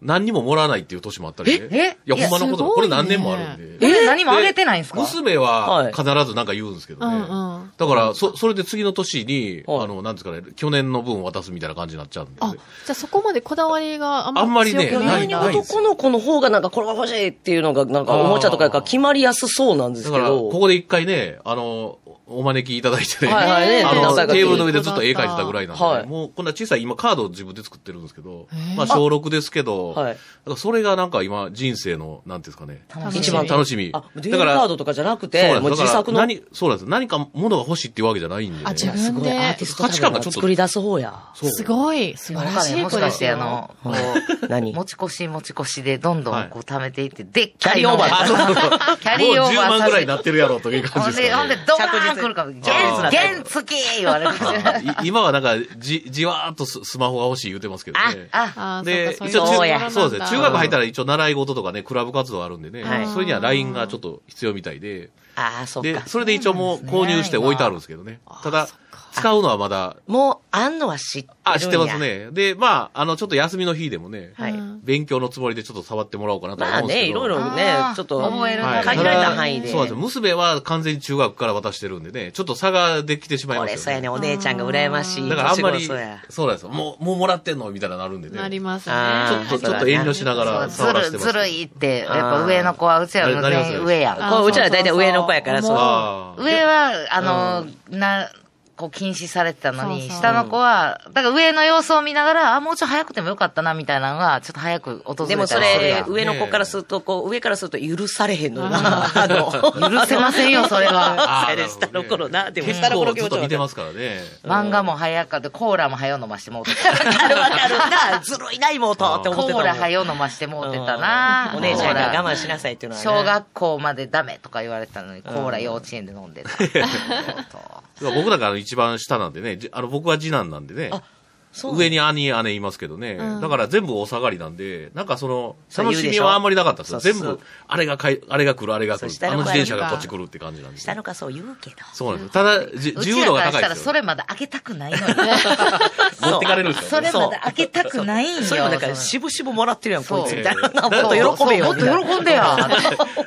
F: 何にももらわないっていう年もあったりね。
D: ええ
F: いや、ほんまのこと、これ
E: いやす
F: 何
E: ごいね
F: 年もあるんで。
D: え何もあげてないんですか
F: 娘は必ずなんか言うんですけどね。
E: うんうん
F: だから、そ、それで次の年に、
C: はい
F: あの、なんですかね、去年の分を渡すみたいな感じになっちゃうんで。
E: あ、じゃあそこまでこだわりがあんま
F: あんまりね
E: 強くないんだ
F: ないない
C: 男の子の方がなんかこれが欲しいっていうのが、なんかおもちゃとかやから決まりやすそうなんですけ
F: だから、こ
C: ど。
F: こで一回ね、あの、お招きいただいてね、
C: はい
E: はいね
F: あ
E: なん
F: の、
E: か
F: テーブルの上でずっと絵描いてたぐらいなんで、
C: はい
F: もうこんな小さい、今カードを自分で作ってるんですけど
E: へえ、
F: まあ小6ですけど、
C: はい
F: だからそれがなんか今人生の、なんていうんですかね、
E: 楽しみ
F: 一番楽しみ。
C: あ、デュエルカードとかじゃなく
F: そう
C: て、
F: なん
C: もう
F: です
C: 自作
F: だ
C: の。
F: から何、そうなんです。何か物が欲しいっていうわけじゃないんで、
E: あ自分
C: すごい、アーティストだ
F: 価値観
C: か
F: が
C: ら
F: ちょっと
C: 作り出す方や。
F: そう
E: すごい、素晴らしい
D: も
E: 子
D: しか
E: で
D: し
E: す
D: て、あ
E: よ。
D: の、こう、
C: 何
D: 持ち越し持ち越しでどんど
F: は
D: ん
F: い
D: こう貯めていって、でっ
C: キャ
D: かい
C: リー
D: の
C: オー
D: が
C: バー。
D: キャリーオーバ
F: もう10
D: ー
F: 万
D: さ
F: ぐ
D: せ
F: らいに
D: て。
F: なってるやろという感
D: ほ
F: じ
D: ん
F: です
D: で、
F: か
D: ほんで
F: ね。、
D: ドカーン来るかも。原
F: あー
D: 原付き言われ る。
F: あい今はなんか、じ、じわーっとススマホが欲しい言うてますけど
D: あ
F: ね、。
D: あ、
E: あー
F: で、
E: そうか
F: 一応
E: そうい
D: そうや
E: うものなんだ
F: 中、そうですね。中学入ったら一応習い事とかね、クラブ活動あるんでね、
C: はい
F: それには LINE がちょっと必要みたいで、
C: ああ、そっ
F: で
C: か、。
F: それで一応もう購入して置いてあるんですけどね。ただ、使うのはまだ、
C: もう、あんのは知ってるんや。
F: あ、知ってます。ね。で、まあ、あの、ちょっと休みの日でもね、
C: はい。
F: 勉強のつもりでちょっと触ってもらおうかなとは
C: まあ
F: 思うんです
C: ね、
F: け
C: い
F: ど。
C: ろいろね
D: あー、
C: ちょっと、
D: 覚えるの
F: は
D: が
F: い
C: 限られた範囲
F: た
C: で。
F: だそうなんですよ。娘は完全に中学から渡してるんでね、ちょっと差ができてしまい
C: こ
F: ま
C: れ、
F: す
C: そう
F: よ
C: やね、
F: ね。
C: お姉ちゃんが羨ましい。
F: だからあんまり、
C: 年
F: そ
C: 頃
F: う
C: そうや
F: なんですよ。もう、もうもらってんのみたいななるんでね。
E: なります
F: ちょ
C: あ
E: ね。
F: っと、ちょっと遠慮しなが
D: そう
F: ら
D: ず
F: 触ら
D: る
F: せ
D: い、
F: てます。
D: ずるいって、やっぱ上の子は、うちは
F: なります
D: 全員上やん。
E: あ
C: こううちら大体上の子やから、
E: そ
C: そ
E: うそう
C: う
E: そう。
F: ああ。
D: 上は、あの、な、こう禁止されてたのに、
E: そうそう
D: 下の子は、だから上の様子を見ながら、あ、もうちょっと早くてもよかったな、みたいなのが、ちょっと早く訪れたり
C: でもそ
D: するや
C: れ
D: ん、
C: 上の子からすると、こう、上からすると許されへんのよな。 あの、
D: 許せませ んよ、それは。
F: あ
C: あ
F: ー
C: れ、下の頃な。でも、
F: 結
C: 下の
F: 構
C: 頃
F: ずっ
C: 気持
F: と見
C: ち
F: て
C: わ
F: ますからね。
D: 漫画も早かった、コーラも早飲ましてもうて
C: か
D: た。
C: るわかるな。ずるいな、妹って思ってたも
D: コー
C: ん
D: ラ早飲ましてもうてたな。
C: お姉ちゃんが
D: コーラ
C: 我慢しなさいっていうのはね。
D: 小学校までダメとか言われてたのに、コーラ幼稚園で飲んでた。
F: 僕なんかあの一番下なんでね、じあの僕は次男なんでね。
C: そう
F: 上に兄、姉いますけどね、
E: うん
F: だから全部お下がりなんで、なんかその、
C: そう
F: 楽
C: 言う
F: し
C: で
F: み
C: しょ
F: はあんまりなかったですよ。
C: そう
F: 全
C: そう
F: 部、あれがかい、あれが来る、あれが来
C: そう
F: る
C: 下。
F: あ
C: の
F: の
C: 子
F: 自
C: やれば
F: 転車がこっち来るって感じなんです
C: 下
F: よ。
C: の子はそう言うけど。
F: そうなんですよ。ただ、じ
D: う
F: 自
D: ち
F: 由
D: ら
F: 度
D: か
F: が
D: らし
F: 高い
D: た
F: で
D: ら、
F: す
D: そ
F: よ。
D: れまだ開けたくないのに。
F: 持ってかれるんです
D: そ
F: よ、
D: れ
F: ね。
D: まだ開けたくないんよ。
C: それもなん
D: その
C: か、しぶしぶもらってるやん、
D: そう
C: こいつみたいな。
F: そう
C: もっと喜べよ。
D: もっと喜んでや。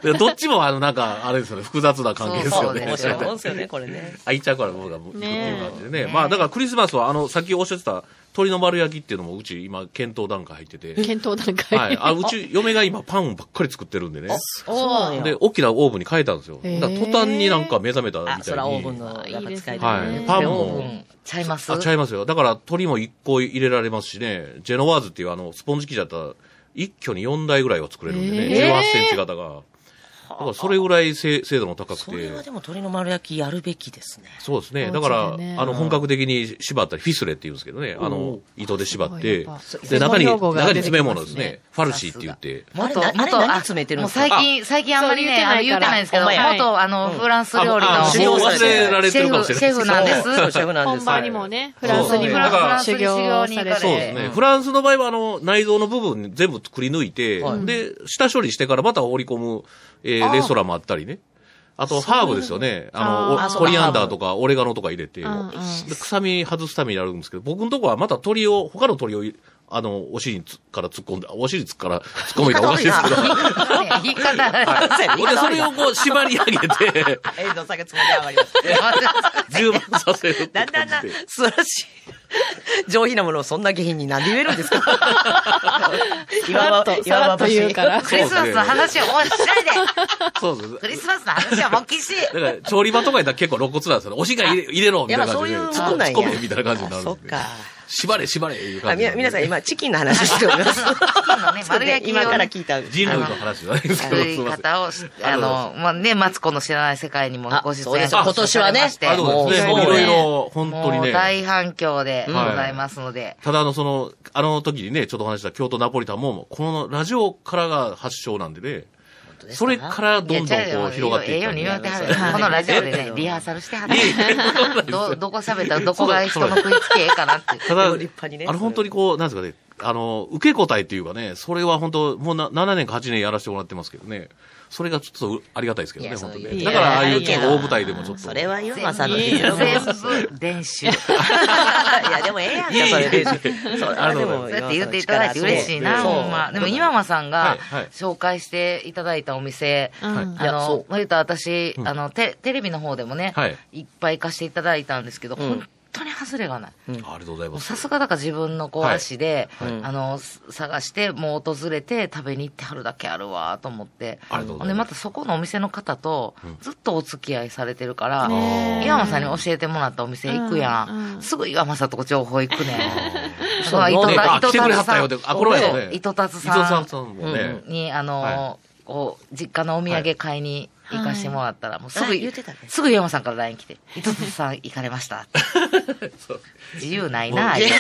F: でどっちもあの、なんか、あれですよね、複雑な関係ですよね。
D: そう
C: 面
D: そう
C: 白いもんですよね、これね。
F: 開いちゃうから僕が行くっていう感じでね。
D: ねえ
F: まあ、だからクリスマスは、あの、先おっしゃってた、鳥の丸焼きっていうのも、うち今、検討段階入ってて。
E: 検討段
F: は
E: 階。
F: い。あ、うち、嫁が今、パンばっかり作ってるんでね。
C: そうなん
F: で
C: や。、
F: 大きなオーブンに変えたんですよ。
E: へー
F: だから途端になんか目覚めたみたい
C: あ、
F: に。
C: そらオーブンの、やっぱ使いた
F: はいい。
C: ね。
F: パン
D: オーブ
F: も。
D: ンちゃいます
F: あ、ちゃいますよ。だから鳥も1個入れられますしね、ジェノワーズっていうあの、スポンジ生地だったら、一挙に4台ぐらいは作れるんでね、
E: へー
F: 18センチ型が。だからそれぐらい精精度も高く
C: それは
F: て。
C: でも鳥の丸焼きやるべきですね。
F: そうです
E: お家
F: ね。
E: で
F: だから、
E: ね
F: あの、本格的に縛ったり、フィスレって言うんですけどね、あ
C: お
F: の
C: う、
F: 糸で縛っ
E: す
F: て
E: ごいやっぱ、
F: で、中に、
E: 専門用語
F: 中
E: が
F: に
E: 出てきますね
F: 詰め物ですね、ファルシーって言って。
D: もっ
C: あ
D: と、
C: れなあ
D: もっ
C: れ
D: と、
C: 何
D: あ
C: 詰めてるん
D: も
C: で
D: う
C: すか
D: 最近、最近あんまりね、あ
E: そう
D: の、
E: 言
D: 言
E: う
D: う
E: て
D: てない
E: なから
D: いんですけ
C: ほ
D: ど、
C: んまや
D: 元、あの、フランス料理
F: あ
D: の
F: あ、
C: 知
D: シ
C: り
F: も
C: 合
F: う
C: い
D: ェ
F: 忘れられてるかもしれない
D: フ、シェフなんです。
C: そうシェフなんで
E: 本
C: す。
E: 場にもね、フ
F: い
E: ランスに
F: そう
E: フラ
F: だか
E: フ
F: ら
E: ランスに修行に行かれ
D: そ
F: そうう
D: で
F: ですす
D: ね
F: ね。フランスの場合は、あの、内臓の部分に全部くり抜いて、
C: はい
F: で、下処理してからまた放り込む、えーレストランもあったりね。あと、ハーブですよね。
E: あー
F: あの
E: あそ
F: お、
E: う
F: コリアンダーとか、オレガノとか入れて、
E: うんうん
F: で臭み外すためにやるんですけど、僕のとこはまた鳥を、他の鳥をい、あの、お尻につから突っ込んで、お尻つから突っ込みたらおかしいですけど。
D: 言い方が
F: ほんで、それをこう、縛り上げて、
C: 遠藤さんがつもり上がります。
F: 充満させるって
C: だ
F: 感
C: んだんな
F: じで。、
C: 素晴らしい。上品なものをそんな下品になんで言えるんですか
E: さらっと、さらっと言うか ら。
D: クリスマスの話をもうしないで
F: そうそうそう
D: クリスマスの話はもう禁止
F: だから、調理場とかやったら結構露骨なんですよね。おしっか入れ入れろみたいな感じで。
C: やっぱ
F: 突
C: そういうもん
F: っ
C: なんや
F: 込めみたいな感じになるんで
C: そっか。
F: 縛れ縛れいう
C: あ
F: 感
C: み
F: じ
C: な
F: なんで。
C: 皆さん今、チキンの話しております。
D: のね丸焼きをね
C: 今から聞いた。
F: 人類の話じゃないですけ
D: 作
F: ど、
D: り
F: すいません。
D: 方をし、あの、まあね、マツコの知らない世界にもご出
C: あそう
D: 演
C: ですよ今年はね
D: されまして
F: あそうですね。
C: もう
F: いろいろ、本当に
D: もう
F: ね。
D: 大反響でございますので、
F: ただ、あの、その、あの時にね、ちょっとお話しした京都ナポリタンも、このラジオからが発祥なんでね、それからどんどんこ
D: いや違うよ
F: う広がってい
D: ええ
F: っ
D: よ
F: た
D: うんに
F: で。
D: 言うてはる。このラジオでね、リハーサルしてはる。ど、どこ喋ったらどこが人の食いつけええかなって。
F: ただ、
C: でも立派にね
F: あの本当にこう、なんですかね、あの、受け答えっていうかね、それは本当、もうな7年か8年やらせてもらってますけどね、それがちょっとありがたいですけど
C: い
F: ね、
C: やそう
F: 本当
C: い
F: ね。
C: う
F: だから、ああい
C: いうや
F: ちょっと大舞台でもちょっと。
C: それはユーマさんの
D: 全
C: 日常
D: 部練習。
C: いや、でもええやんか、それで。そう
F: ありがとう
D: そ
F: ご
D: うやって言っていただいて嬉しいな、
C: そう
D: ほんま。でも、今間さん
F: は
D: が
F: いはい
D: 紹介していただいたお店、
E: うん
F: はい
D: あ
C: いやそ
D: の、言うたら私、あの、テテレビの方でもね
F: はい、
D: いっぱい行かせていただいたんですけど、
C: ん
D: 本当に外れがない。
F: ありがとうござい
D: も
F: ま
D: う
F: す
D: さ。すがだから自分のこう
F: はい
D: 足で、
F: はい
D: あの、す探して、もう訪れて食べに行ってはるだけあるわと思って。
F: ありがとうご
D: ほん
F: ざ
D: で、
F: いま。
D: ますたそこのお店の方と
F: ん、
D: ずっとお付き合いされてるから、
E: ねえ
D: 岩間さんに教えてもらったお店行くやん。
E: うんうん
D: すぐ岩間さんとこ情報行くねん。
F: そう
D: あ
F: ねあ来てくれはったよってあこれはよね
D: そう糸達
F: 伊
D: さん。
F: 藤さんさんもね
D: うん、に、あのー
F: は
D: こう、実家のお土産買いに行かしてもらったら、もうすぐ、
C: あ言ってたね
D: すぐ山さんから LINE 来て、伊藤さん行かれました。 自由ないな、言うて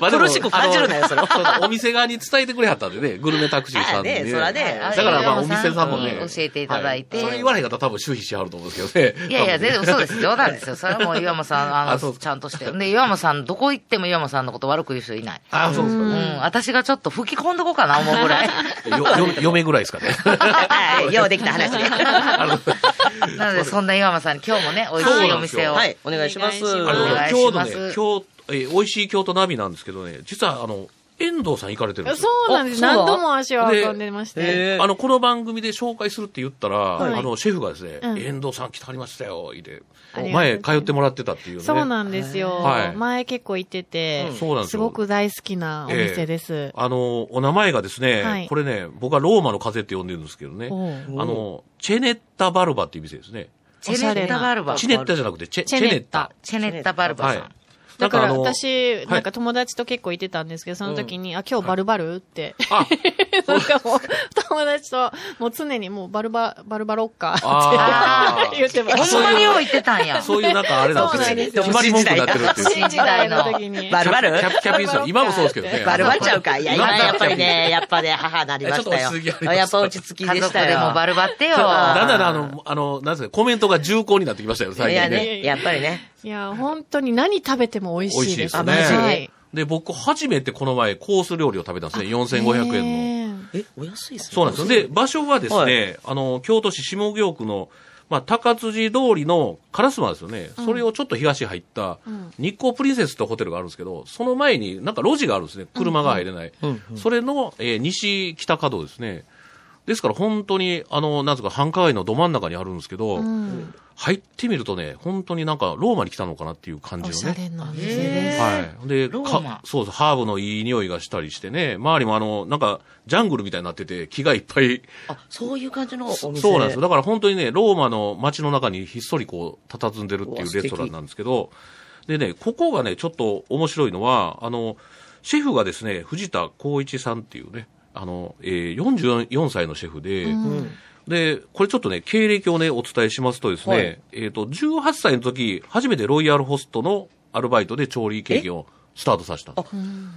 F: まあでも
C: 苦しく感じるなよそれは
F: あのうお店側に伝えてくれはったんでね、グルメタクシーさん に
C: あねそらね
F: だからまあお店さんもね。
D: う教えていただいて。
F: はそれ言われへんかったら多分周囲しはると思うんですけどね。
D: いやいや、
F: 多分ね
D: 全然嘘です。冗談ですよ。それはもう岩間さん、あ
F: あそう
D: の、
F: です
D: ちゃんとして。で、岩間さん、どこ行っても岩間さんのこと悪く言う人いない。
F: あ、そうですか
D: う
F: ね
D: ん、私がちょっと吹き込んどこうかな、思うぐらい。
F: よよ。嫁ぐらいですかね。
C: はい、ようできた話で。
F: あの
D: なので、そんな岩間さんに今日もね、美味しいお店を。
C: はい、お願いします。
E: お
F: あ
E: 願
F: の
E: いし
D: ますお願いしま
F: 京都ね
D: す、
F: 京都、えー、美味しい京都ナビなんですけどね、実はあの、遠藤さん行かれてるんですよ。
E: そうなんです。
D: あそう
E: 何度も足を運んでまして。
F: であの、この番組で紹介するって言ったら、
E: い
F: あの、シェフがですね、
E: うん
F: 遠藤さん来てはりましたよ、言って
E: ありがと
F: 前
E: うございます
F: 通ってもらってたっていうね。
E: そうなんですよ。
F: はい
E: 前結構行ってて、
F: そうなんです
E: す
F: よ
E: ごく大好きなお店です。
F: あの、お名前がですね、
E: はい
F: これね、僕はローマの風って呼んでるんですけどね、
E: おう
F: あの、チェネッタバルバっていう店ですね。
D: チェネッタバルバ。
F: チネッタじゃなくてチェ、
E: チェネッタ。
D: チェネッタバルバ
F: は
D: さ
F: い
D: ん。。
E: だか
F: な
E: ら
F: んあの
E: 私、
F: い
E: なんか友達と結構行ってたんですけど、その時に、あ、今日バルバルって。
F: あ、
E: なんかもう、友達と、もう常にもうバルバ、バルバロッカー
F: あ
E: っ
F: ー
E: て 言ってまし
D: ほんまによう言ってたんや。
F: そういうなんかあれなんですね。
C: そう
F: 決
C: なん
F: ま
C: です
F: り
C: よ
F: 文句になってるっていう。
D: 新
E: た。
D: 時代の。
E: 時に。
C: バルバル
F: キャキャピンさん、今もそうですけどね。
C: バルバっちゃうか。いや、
F: なん
C: 今
F: か
C: やっぱりね、やっぱね、母なりましたよ
F: ちょっと落ち着きあ。りまし
C: や
F: た
C: っぱ落ち着きで
D: 家
C: し
D: 族
C: た
D: でも
C: よ。
D: バルバってよ。
F: だんだんあの、あの、なんですか、コメントが重厚になってきましたよ、
C: い
F: 最
C: や
F: 近
C: ね、
F: ね。
C: やっぱりね。
E: いや、本当に何食べても美味しいです。
F: 美味しいです
C: ね
E: はい。
F: で、僕、初めてこの前、コース料理を食べたんですね。4500円の。
E: の。
C: え、お安いですね。
F: そうなんですよ。で、場所はですね、
C: は
F: あの、京都市下京区の、まあ、高辻通りの烏丸ですよね。それをちょっと東入った、日光プリンセスってホテルがあるんですけど、その前になんか路地があるんですね。車が入れない。
C: うん
F: それの、えー西北稼働ですね。ですから本当に、あの、なんつうか繁華街のど真ん中にあるんですけど、
E: うん。
F: 入ってみるとね、本当になんかローマに来たのかなっていう感じ
E: お
F: の
E: しゃ
F: ね。
E: れなお店です。
F: はい。で、
D: ローマ
F: かそうそう、ハーブのいい匂いがしたりしてね、周りもあの、なんか、ジャングルみたいになってて、木がいっぱい
C: あ、そういう感じのお店
F: そうなんですよ。だから本当にね、ローマの街の中にひっそりこう、佇んでるっていうレストランなんですけど、でね、ここがね、ちょっと面白いのは、あの、シェフがですね、藤田光一さんっていうね、あの、えー44歳のシェフで、で、これちょっとね、経歴をね、お伝えしますとですね、
C: はい
F: えっ、と、18歳の時、初めてロイヤルホストのアルバイトで調理経験をスタートさせた。
C: あ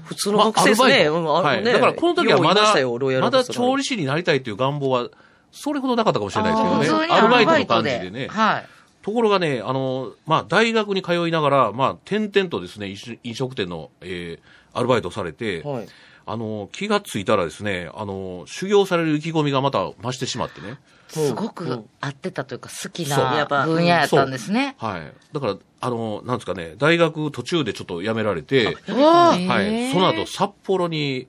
C: 普通の学生です
F: アルバイ
C: ね。
F: ト
C: うんあ
F: は
C: の
F: い。
C: ね
F: だからこの時はま
C: よう言いし
F: だ
C: たよロイ、ヤル
F: まだ
C: ホストの
F: 調理師になりたいという願望は、それほどなかったかもしれないですけ
D: 普
F: ど
D: 通
F: ね。
D: に
F: ア
D: ア
F: ル
D: ルバ
F: バイトの
D: イト
F: 感じ
D: で
F: で。ね。
D: はい。
F: ところがね、あの、まあ、大学に通いながら、まあ、転々とですね、飲酒飲食店の、えーアルバイトをされて、
C: はい
F: あの、気がついたらですね、あの、修行される意気込みがまた増してしまってね。
D: すごく合ってたというか、好き
F: そう
C: や
D: な
C: っぱ
D: 分野やったんですね。
F: はい。だから、あの、なんですかね、大学途中でちょっと辞められて、
D: わあ
F: はい。その後、札幌に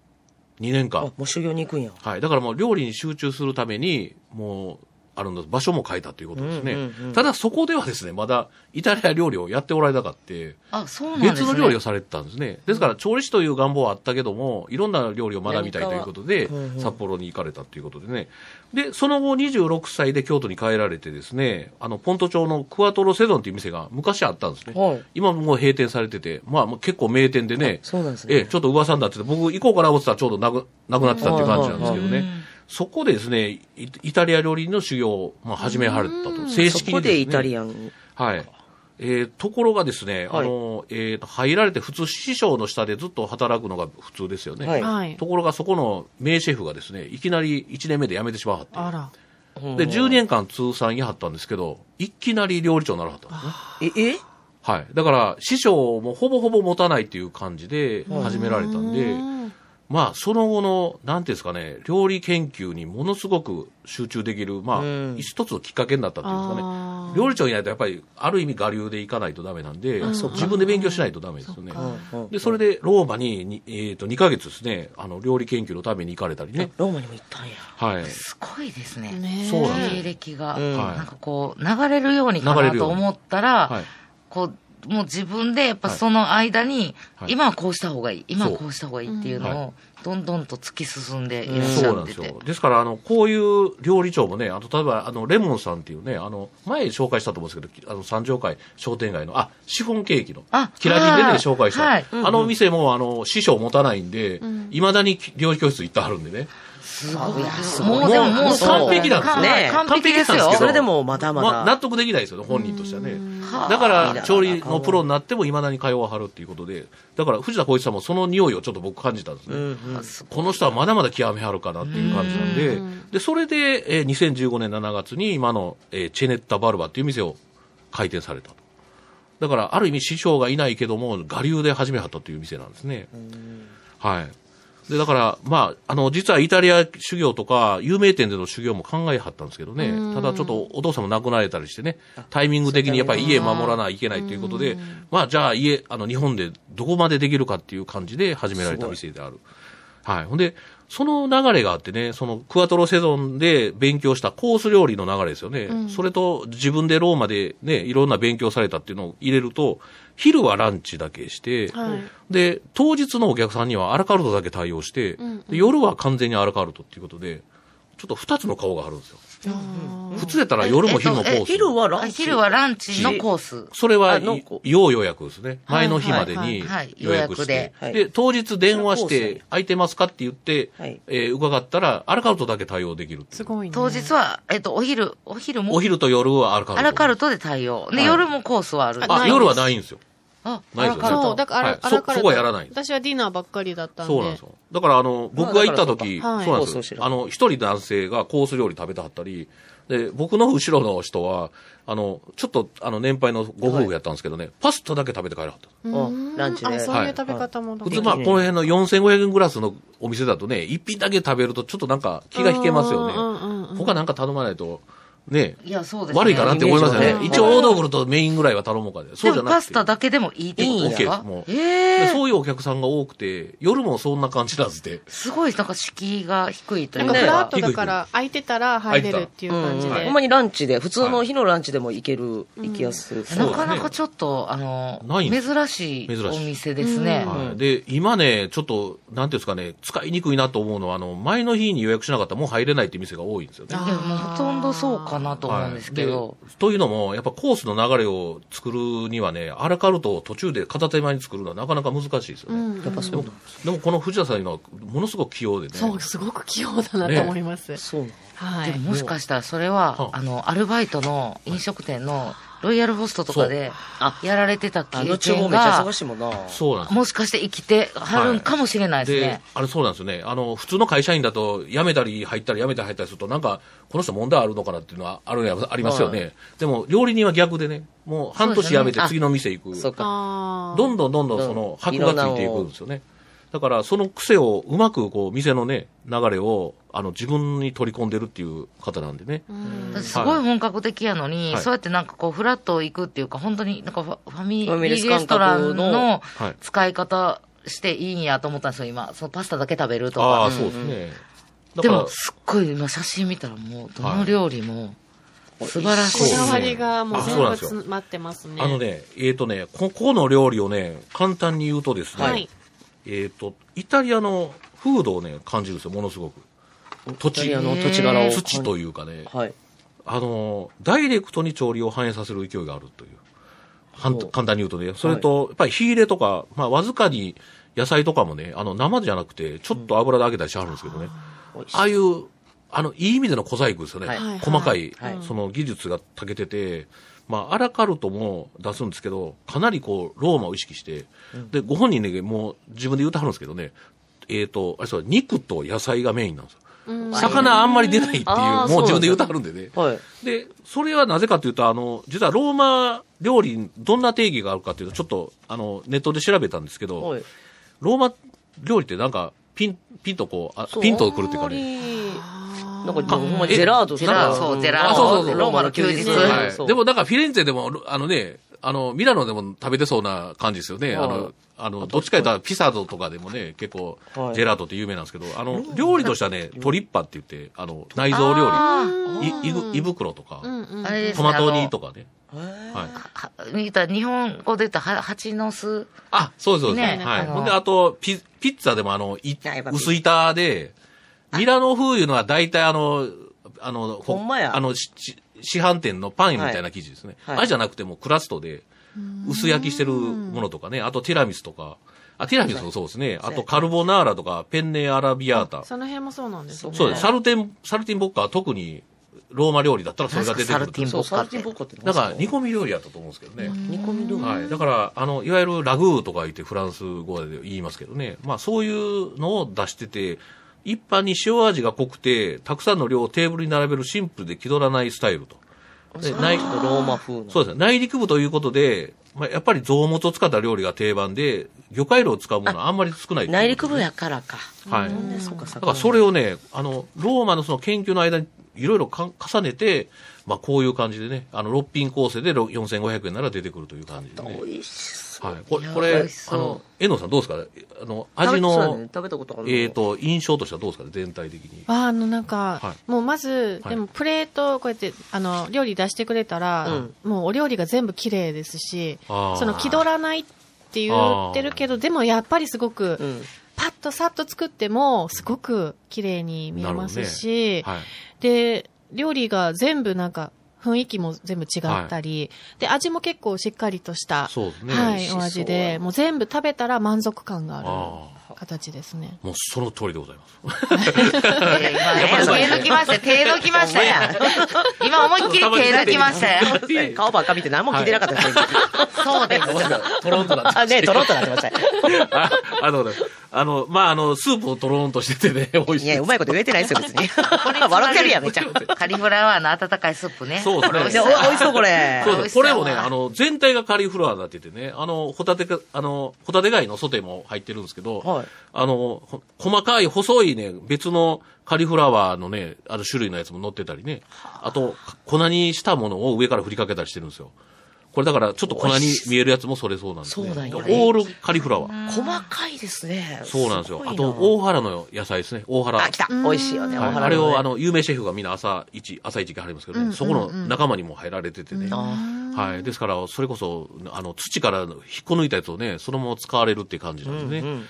F: 2年
C: あ
F: 間。
C: もう修行に行くんや。
F: はい。だからもう料理に集中するために、もう、あの、場所も変えたということですね。
C: うんうんうん
F: ただ、そこではですね、まだ、イタリア料理をやっておられなかって、
D: あ、そうなんです
F: 別
D: ね。
F: の料理をされてたんですね。ですから、調理師という願望はあったけども、いろんな料理を学びたいということで
C: 何かはうんう、ん
F: 札幌に行かれたということでね。で、その後26歳で京都に帰られてですね、あの、ポント町のクワトロセゾンという店が昔あったんですね。
C: はい
F: 今もう閉店されてて、まあもう結構名店でね、
C: そうなんです
F: ええ、
C: ね。
F: ちょっと噂になってて、僕行こうかな思ってたらちょうどなくなくなってたっていう感じなんですけど
C: うん
D: う
F: ね
D: ん。
F: そこでですね、イイタリア料理の修行を、まあ、始めはれたと。正
C: そ
F: 式にすね、
C: こでイタリアンに。
F: はい。えーところがですね、
C: はい
F: あの、えーと入られて普通師匠の下でずっと働くのが普通ですよね。
C: はい
E: はい
F: と。ころがそこの名シェフがですね、いきなり1年目で辞めてしまわはって。
E: あら。
F: で、10年間通算やはったんですけど、いきなり料理長にならはったんですね。
C: え、え
F: はい。だから、師匠もほぼほぼ持たないっていう感じで始められたんで、
E: うん
F: まあ、その後の、なんていうんですかね、料理研究にものすごく集中できる、まあ、
C: うん
F: 一つのきっかけになったっていうんですかね。
E: あー
F: 料理長になるとやっぱりある意味我流でいかないとダメなんで、
E: そうか
F: 自分で勉強しないとダメですよね。
C: うんうん
F: で、それでローマにに、えー、と2ヶ月ですね、あの料理研究のために行かれたりね。
C: ローマにも行ったんや。
F: はい。
D: すごいですね。
E: ねえ
F: そうなんですよ
D: 経歴が、
C: うん
F: はい
D: なんかこう、流れるようにか
F: 流れ
D: な
F: るよ
D: と
F: うに
D: 思ったら、
F: はい
D: こう、もう自分でやっぱその間に、
F: はい
D: 今はこうした方がいい、今は
F: そう
D: こうした方がいいっていうのを、どんどんと突き進んでいらっし
F: そ
D: ゃ
F: うなん
D: って
F: です
D: て
F: よ。。ですから、あの、こういう料理長もね、あと、例えば、あの、レモンさんっていうね、あの、前紹介したと思うんですけど、あの、三条会商店街の、あ、シフォンケーキの
D: あ、
F: キラリンでね、
D: はい
F: 紹介した。
D: はい
F: あの店も、あの、師匠持たないんで、いまだに料理教室行ってはるんでね。
D: すごい。
C: す
D: も
C: ご
D: う
C: い
D: でも
C: もう
D: もう
C: 完璧
D: だ
F: なんですよ
C: ね
D: 完璧です
F: 完璧なん
D: よ
F: です。け
C: そ
F: ど
C: れでもまだま
F: ま
C: だ。
F: あ、納得できないですよね、本人としてはね。
D: はあ
F: だから、
C: あ
F: 調理のプロになっても、いまだに会話を張るっていうことで、だから、藤田浩一さんもその匂いをちょっと僕感じたんですね。この人はまだまだ極めはるかなっていう感じなんで、で、それで、えー2015年7月に今の、えーチェネッタ・バルバっていう店を開店されたと。だから、ある意味師匠がいないけども、我流で始めはったという店なんですね。はい。で、だから、まあ、あの、実はイタリア修行とか、有名店での修行も考えはったんですけどね、ただちょっとお父さんも亡くなられたりしてね、タイミング的にやっぱり家守らないといけないということで、まあ、じゃあ家、あの、日本でどこまでできるかっていう感じで始められた店である。はい。ほんで、その流れがあってね、そのクアトロセゾンで勉強したコース料理の流れですよね。それと自分でローマでね、いろんな勉強されたっていうのを入れると、昼はランチだけして、で、当日のお客さんにはアラカルトだけ対応して、で夜は完全にアラカルトっていうことで、ちょっと二つの顔があるんですよ。普通やったら夜も昼もコース。
D: えっとえ
C: 昼はランチ
D: 昼はランチのコース。
F: それは
C: あのこ、
F: 要予約ですね。
D: はい
F: 前の日までに
D: はいはい
F: 予約して。
C: はい
F: で、当日電話し
C: それコース
F: て、空いてますかって言って
C: はい、
F: えー伺ったら、アルカルトだけ対応できるっていう。
G: ごいね
D: 当日は、えっと、お昼、お昼も
F: お、昼と夜はアルカルト。
D: アラカルトで対応。で、
F: はい
D: 夜もコースはある。
F: あ、夜はないんですよ。
D: あ、
F: ないです
D: アラ
F: よね
D: カ
G: そ
D: ル
G: う、
D: ト
G: だから、
F: はい
G: あら
F: そ
G: か
F: そこはやらないんで
G: 私はディナーばっかりだったんで。
F: そうなんですよ。だから、あの、僕が行った時、
G: まあだからそうかはい
F: そうなん
C: 放送
F: で
C: して
F: す
C: る
F: よ。あの、一人男性がコース料理食べたはったり、で、僕の後ろの人は、あの、ちょっと、あの、年配のご夫婦やったんですけどね、パスタだけ食べて帰らはった。
G: うん
C: あランチで
G: あ、そういう食べ
C: はい
G: 方もど
F: 普
G: こか
F: 通、まあ、
C: できる
F: この辺の4500円グラスのお店だとね、一品だけ食べると、ちょっとなんか気が引けますよね。
G: うんうんうんうん
F: 他なんか頼まないと、ね、
D: いや、そうですね。
F: 悪いかなって思いますよ
C: イメ
F: ね
C: ー。ジはね
F: 一応、大道具とメインぐらいは頼もうかで。そうじ
D: で
F: ゃ
D: も
F: な
D: パ
F: く
D: ス
F: て。
D: タだけでもいいってことですか
F: いいんやもう
D: え
F: で
D: え
F: そういうお客さんが多くて、夜もそんな感じなんですって。
D: すごい、なんか敷居が低いとい
G: なん
D: う
G: か
D: か。
G: フラッ
F: ね
G: トだから、空いてたら入れるっていう感じ
C: うん
G: で。
C: ほんまにランチで、普通の日のランチでも行ける、行きやすい。
D: なかなかちょっと、あの、
F: ないんです
D: 珍しいお店ですね。
F: はいで、今ね、ちょっと、なんていうんですかね、使いにくいなと思うのは、あの、前の日に予約しなかったらもう入れないっていう店が多いんですよね。
D: いや、もうほとんどそうかなと思うんですけど。
F: はいでというのも、やっぱコースの流れを作るにはね、アラカルトを途中で片手間に作るのはなかなか難しいですよね。
C: やっぱそ
F: で
C: う
F: も、でもこの藤田さんいうのは、ものすごく器用でね。
G: そう、すごく器用だなと思います。
C: そうなの
G: は
D: でも
G: い。
D: もしかしたらそれは
F: は、あ
D: あの、アルバイトの飲食店のロイヤルホストとかで、やられてた
C: あの厨
D: 経
C: 房
D: 験
C: めっちゃ
D: が
C: 忙、しいもんな。
F: そうなんですよ
D: もしかして生きてはるんかもしれないです
F: で
D: ね。、
F: あれそうなんですよね。あの、普通の会社員だと、辞めたり入ったり辞めたり入ったりすると、なんか、この人問題あるのかなっていうのはあるやありますよね。でも、料理人は逆でね、もう半年辞
D: そう
F: めて
D: ですねあ
F: 次の店行く。
C: そうか。
G: あ
F: どんどんどんどんその、箔がついていくんですよね。だから、その癖をうまく、こう、店のね、流れを、あの、自分に取り込んでるっていう方なんでね。
D: だってすごい本格的やのに、
F: はい
D: そうやってなんかこう、フラット行くっていうか、本当になんかファファミリ
C: ファミレ
D: ーレ
C: ス感
D: ストラ
C: 覚の
D: ンの
F: はい
D: 使い方していいんやと思ったんですよ、今。そのパスタだけ食べると
F: ああ、
D: か。
F: そうですね。だ
D: で
F: から
D: も、すっごい今写真見たらもう、どの料理も素晴ら
G: こ
D: しい
G: だ。わりがもう
F: あ
G: 全
F: そうなん
G: 部
F: ですよ
G: 詰まってますね。
F: あのね、えっ、とね、ここの料理をね、簡単に言うとですね、
G: はい
F: えっ、と、イタリアの風土をね、感じるんですよ、ものすごく。土
C: イタリ
F: 地、
C: アの土地柄を。
F: 土というかね、
C: はい。
F: あの、ダイレクトに調理を反映させる勢いがあるという。はん
C: ほう
F: 簡単に言うとね、それと、やっぱり火入れとか、まあ、わずかに野菜とかもね、あの、生じゃなくて、ちょっと油で揚げたりしてはるんですけどね、
C: 美味しい
F: ああいう、あの、いい意味での小細工ですよね。
D: はい
G: はい
F: 細かい、
C: はい
F: その技術が長けてて、まあ、アラカルトも出すんですけど、かなりこう、ローマを意識して、で、ご本人ね、もう自分で言うてはるんですけどね、えっ、と、あれそう、肉と野菜がメインなんですよ。魚あんまり出ないっていう、
C: あー
F: もう自分で
C: そ
F: 言
C: う
F: うて
C: なんですね
F: はるん
C: は
F: でね。
C: い。
F: で、それはなぜかというと、あの、実はローマ料理、どんな定義があるかというと、ちょっと、あの、ネットで調べたんですけど、
C: はい。
F: ローマ料理ってなんか、ピン、ピンとこう、あ
C: そう
F: ピンとくるっていうかね。
C: あんまりなんか、ほんまにジェラード
D: ジェラー
C: とか
D: ドそうジェラード
C: あそうそうそう
D: ローマの休日
C: ローマの
F: は
C: 休日
F: い。でも、なんかフィレンツェでも、あのね、あの、ミラノでも食べてそうな感じですよね。
C: はい
F: あの、あの、どっちか言ったらピサードとかでもね、結構
C: はい、
F: ジェラートって有名なんですけど、あの、料理としてはね、トリッパって言って、あの、内臓料理。い、いぶ胃袋とか、
G: うんうん
D: あれです
F: ト
D: ね
F: マト
D: あ
F: 煮
D: の
F: とかね。はい。
D: は言ったら日本語で言ったらは蜂の巣。
F: あ、そうです、そうです。
D: ね
F: は
D: あ
F: い。
D: の
F: ほんで、あと、ピ、ピッツァでもあの、い
C: あやっぱ
F: 薄板で、ミラノ風いうのは大体あの、あの、
C: ほ
F: こ
C: んまや
F: あの、しし市販店のパンみたいな生地ですね。
C: はいはい
F: あれじゃなくてもうクラストで、薄焼きしてるものとかね、あとティラミスとか、あ、ティラミスもそうですね。あとカルボナーラとか、ペンネアラビアータ。
G: その辺もそうなんですね。
F: そうです。サルテン、サルティンボッカは特にローマ料理だったらそれが出てく
D: なん
F: る
D: すかサルティン
C: そう、サルティンボッコって。
F: だから煮込み料理やったと思うんですけどね。
C: 煮込み料理。
F: はい。だから、あの、いわゆるラグーとか言ってフランス語で言いますけどね。まあそういうのを出してて、一般に塩味が濃くて、たくさんの量をテーブルに並べるシンプルで気取らないスタイルと。で内
C: ちょっとローマ風の。
F: そうですね。内陸部ということで、まあ、やっぱり臓物を使った料理が定番で、魚介類を使うものはあんまり少ないっていう
C: 内陸部やからか。
F: はい。
C: そうか、そ
F: だ
C: う
F: からそれをね、あの、ローマのその研究の間にいろいろか重ねて、まあこういう感じでね、あの、6品構成でろ4500円なら出てくるという感じで、ね。
C: 美味しそう。
F: はい。これ、
D: や
F: こ
D: 美
F: れ
D: 味し、そ
F: あ
D: う
F: の、えのさんどうですかあの、味の、
C: 食べたことある
F: えっ、と、印象としてはどうですかね全体的に。
G: ああの、なんか、
F: は
G: もうまず、
F: はい
G: でもプレート、こうやって、あの、料理出してくれたら、もうお料理が全部綺麗ですし、
F: あー
G: その気取らないって言ってるけど、でもやっぱりすごく、
C: うん。
G: パッとさっと作っても、すごく綺麗に見えますし、
F: はい。
G: で、料理が全部なんか、雰囲気も全部違ったり、で、味も結構しっかりとした、
F: そうですね。
G: はい、お味で、もう全部食べたら満足感があ
F: あ
G: る形ですね。
F: もうその通りでございます。
D: いや今ね手抜きましたよ。手抜きましたやん。今思いっきり手抜きましたよ。
C: 顔ばっか見て何も聞いてなかったですね。
D: そうです。
F: トロンとな
C: あ、ねト ロンとなってました。
F: あありがとうございます。あの、まあ、あの、スープをトロンとしててね、美味しい
C: い
F: です
C: や、うまいこと言えてないですよ、別に。 笑ってるやん、めちゃ。
D: カリフラワーの温かいスープね。
F: そうですね
D: これ美味し
C: でお
D: そ
C: 美味しそう、これ。
F: そう
D: 美
F: で
D: 味し
F: す。
D: そう
F: これもね、あの、全体がカリフラワーになっててね、あの、ホタテか、あの、ホタテ貝のソテーも入ってるんですけど、
C: はい
F: あの、ほ細かい細いね、別のカリフラワーのね、あの種類のやつも乗ってたりね、あと、粉にしたものを上から振りかけたりしてるんですよ。これだから、ちょっと粉に見えるやつもそれそうなんですね。
C: そうなんや
F: オールカリフラワー。
C: 細かいですね。
F: そうなんですよ。
C: ごい
F: あと、大原の野菜ですね。大原。
C: あ、来た。美味しいよね、お
F: はい
C: 花
F: あれを、あの、有名シェフがみんな朝一、朝一から入りますけどね、そこの仲間にも入られててね。はい。ですから、それこそ、あの、土から引っこ抜いたやつをね、そのまま使われるっていう感じなんですね。だ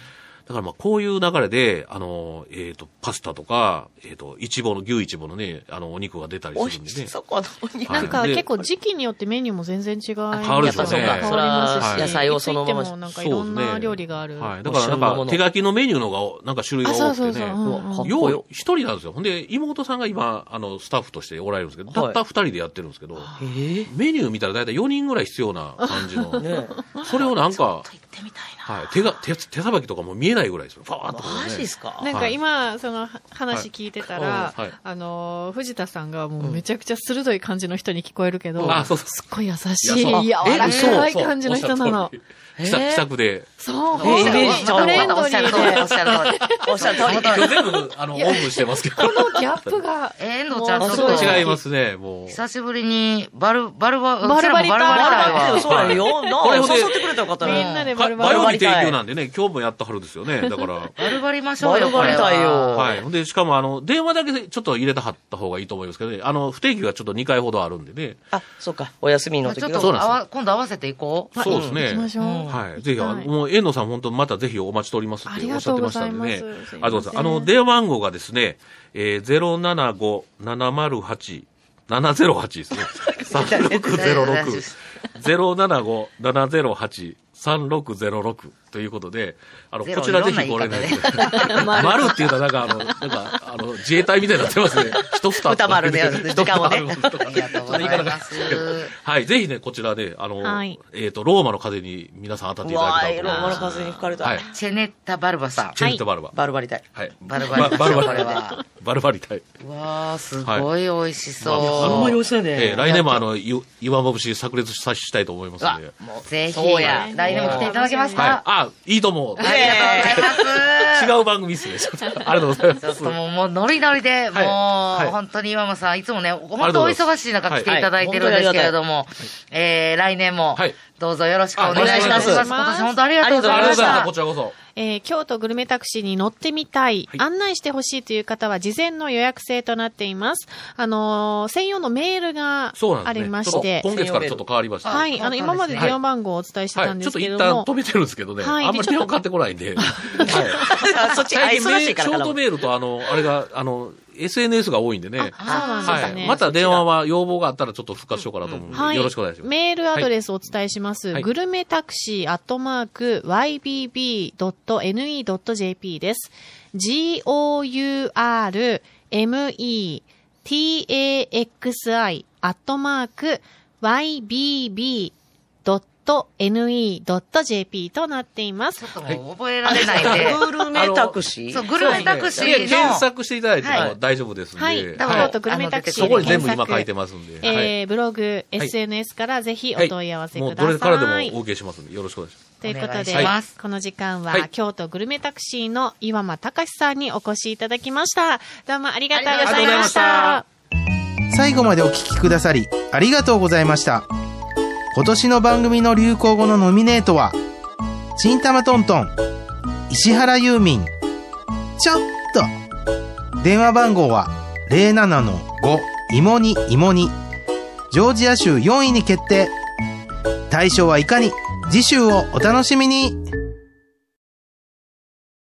F: からまあこういう流れで、あの、えっ、と、パスタとか、えっ、と、いちぼの、牛いちぼのね、あの、お肉が出たり
C: 美
F: するん
C: 味
F: で
C: し
F: ね。
C: そう、このお肉。
F: はい
G: なんか
F: で
G: 結構時期によってメニューも全然違いますし。
F: 変わるでしょうね
G: やっぱそうか変わります
F: は
G: し、
F: い
C: 野菜をそのまま
G: いつ行ってもなんかいろんな料理がある。
F: はい。だからなんか手書きのメニューの方が、なんか種類
G: あ、
F: が
G: そう
F: 多く
G: そう
F: て
G: そう。
F: ね。
G: うんうん
C: かっこ
F: よ
C: よ
F: う、一人なんですよ。ほんで、妹さんが今、あの、スタッフとしておられるんですけど、たった二人でやってるんですけど、
C: え
F: メニュー見たら大体4人ぐらい必 要な感じの、
C: ね
F: それをなんか、
D: 行ってみたいな。
F: はい、手が、手、手さばきとかも見えないぐらいですよ。ファーっとこうね、
C: マジですか
G: なんか今、その話聞いてたら、
F: はいはい
G: あのー、藤田さんがもうめちゃくちゃ鋭い感じの人に聞こえるけど、
F: あそうそう
G: すっごい優しい、
F: い
G: 柔
F: やそう
G: らかい感じの人なの。
F: 気さ気さくで。
G: そう、
C: え
G: ほん
C: イ
G: と
C: メージちゃうわ
G: フレン
D: お
G: ド
D: っ
G: リ
D: しゃる
G: ー
D: 通り、お
G: で
D: っ、しゃる通り。。
C: おっしゃる通り。
F: 今日全部、あの、おんぶしてますけど。
G: このギャップが
D: え遠藤ちゃん
G: も
D: ちょっ
G: う
D: と
G: すご
F: 違いますね、もう。
D: 久しぶりに、バル、バルバ、
G: バルバリ
D: うちらもバル
G: タ
D: バリタイ
G: バ
D: は
C: そうなんよ。な
F: これほんで
C: 誘ってくれた方
G: みん
C: ね。
G: なで
F: バ
G: バ
F: イ
G: ル
F: オ
G: バル。
F: リン提供なんでね、今日もやったはるですよ ね。だから。
D: バルバリましょ
C: バ
D: うよ、
C: ル
D: こ
C: バ
D: れ
C: リ
D: は。
C: たいよ。
F: はい。ほんで、しかも、あの、電話だけでちょっと入れたはった方がいいと思いますけどね。あの、不定期がちょっと2回ほどあるんでね。
C: あ、そうか。お休み
D: ま
C: の
D: あ
C: 時
D: ちょっ
C: が。
F: そう
D: と、
F: なんです
D: あ
F: よ
D: わ今度合わせていこう。
G: まあ
F: そうですね
G: 行きましょう。
F: はい。ぜひ、あの
G: はい
F: もう、遠野さん本当またぜひお待ちしておりますっ
G: あ
F: て
G: り
F: おっ
G: が
F: しゃっ
G: とうご
F: てまし
G: ざ
F: た
G: い
F: ん
G: ま
F: ですね。
G: すいません
F: ありがとうございます。あの、電話番号がですね、えー、075-708-708ですね。3606。075-708-3606ということで、あの、
D: ゼ
F: こ
D: ロ
F: ちらぜひご連絡ください。 丸っていうのはなんかあの、なんか、あの、自衛隊みたいになってますね。 一蓋とか。
C: 二丸で時間をね
F: 一蓋とか
D: ありがとうございます。
F: はい、ぜひね、こちらで、あの、
G: はい
F: えっ、と、ローマの風に皆さん当たって
C: う
F: いただ
C: わ
F: け
C: ー、
F: た
C: ロ
F: らと
C: ー
F: 思
C: マ
F: い
C: の
F: ます。
C: 風に吹かれた。
F: はい、
D: チェネッタ・バルバさん。
F: チェリットバルバ。
C: バルバリたい。
F: はい。
D: バルバリ
F: バルバ
D: これ
F: リ
D: は。
F: バルバリ対。
D: うわあ、すごい美味しそう。
F: あの
C: ほんまに美味しそうやね
F: えー来年もあの、ゆ岩まぶし炸裂させたいと思います
D: うわ
F: ので。
D: もうぜひ、
C: そうや
D: 来年も来ていただけます
F: はい。
D: か、
F: あ、いいと思う。
D: ありがとうございます。
F: 違う番組ですね。ちょっとありがとうございま
D: ち
F: す。
D: ょっともう、もうノリノリで、もう、
F: はい
D: 本当に岩間さん、いつもね、
F: あ
D: 本
F: りがと
D: 当お
F: うございま
D: 忙
F: す
D: しい中来ていただいてるんですけれども、えー、来年も
F: はい、
D: どうぞよろしくお願いします。
F: あお願いし
D: 今
F: ます
D: 年本当ありがとうございまし
F: ありがとうございました
D: た
F: こ。ちらこそ。
E: えー京都グルメタクシーに乗ってみたい、
F: はい
E: 案内してほしいという方は事前の予約制となっています。あのー専用のメールが
F: そうなんです
E: あ
F: ね。
E: りま
F: ちょ
E: し
F: っと
E: て、
F: 今月からちょっと変わりました。
E: は
F: はい。
E: い、
D: あ
E: あの、
D: そう
E: 今まで
F: ですね
E: 電話番号をお伝えしてたん
F: ち
E: で
F: ょっ
E: す
F: と
E: け
F: 一
E: ど
F: 旦
E: も、
F: 止めてるんですけどね。
E: はい
F: あんまり電話かかってこないんで。はい。
C: あそっち、あ
F: 最近
C: 忙
F: メ
C: し
F: ー
C: い
F: ル、シ
C: から
F: ョ
C: か
F: ー
C: な
F: ト。メールとあの、あれが、あの、SNS が多いんでね。
E: あそうなんです
F: は
E: ね。
F: い。また電話は要望があったらちょっと復活しようかなと思うんで、
E: はい
F: よろしくお願いします。
E: メールアドレスをお伝えします。
F: はい
E: グルメタクシーアットマーク ybb.ne.jp です。g-o-u-r-m-e-t-a-x-i アットマーク ybb.ne.jp となっています。
D: ちょっともう覚えられないんで。
C: グルメタクシ
D: そう、
C: ー
D: グルメタクシーの。
F: いや検索していただいて
D: は
F: も大丈夫ですんで。
E: はい。
D: だ
E: ダ
D: か
E: ウン
D: ら
E: ロ
F: は
E: ード
F: い
E: グルメタクシー
F: そ
E: で
F: こに
E: 検
F: 全
E: 索。
F: 部今書いてますんで。はい
E: えー、ブログ、SNS からぜひお問い合わせください。
F: もうどれからでもお受けしますんで、よろしくお願いします。
E: というこ
D: お願
E: と
D: い
E: で、
D: します
E: この時間は、
F: はい
E: 京都グルメタクシーの岩間隆さんにお越しいただきました。どうもありがとうございました。
B: 最後までお聞きくださりありがとうございました今年の番組の流行語のノミネートは「新玉トントン」「石原ユーミン」「ちょっと」電話番号は07-5芋に芋にジョージア州4位に決定対象はいかに次週をお楽しみに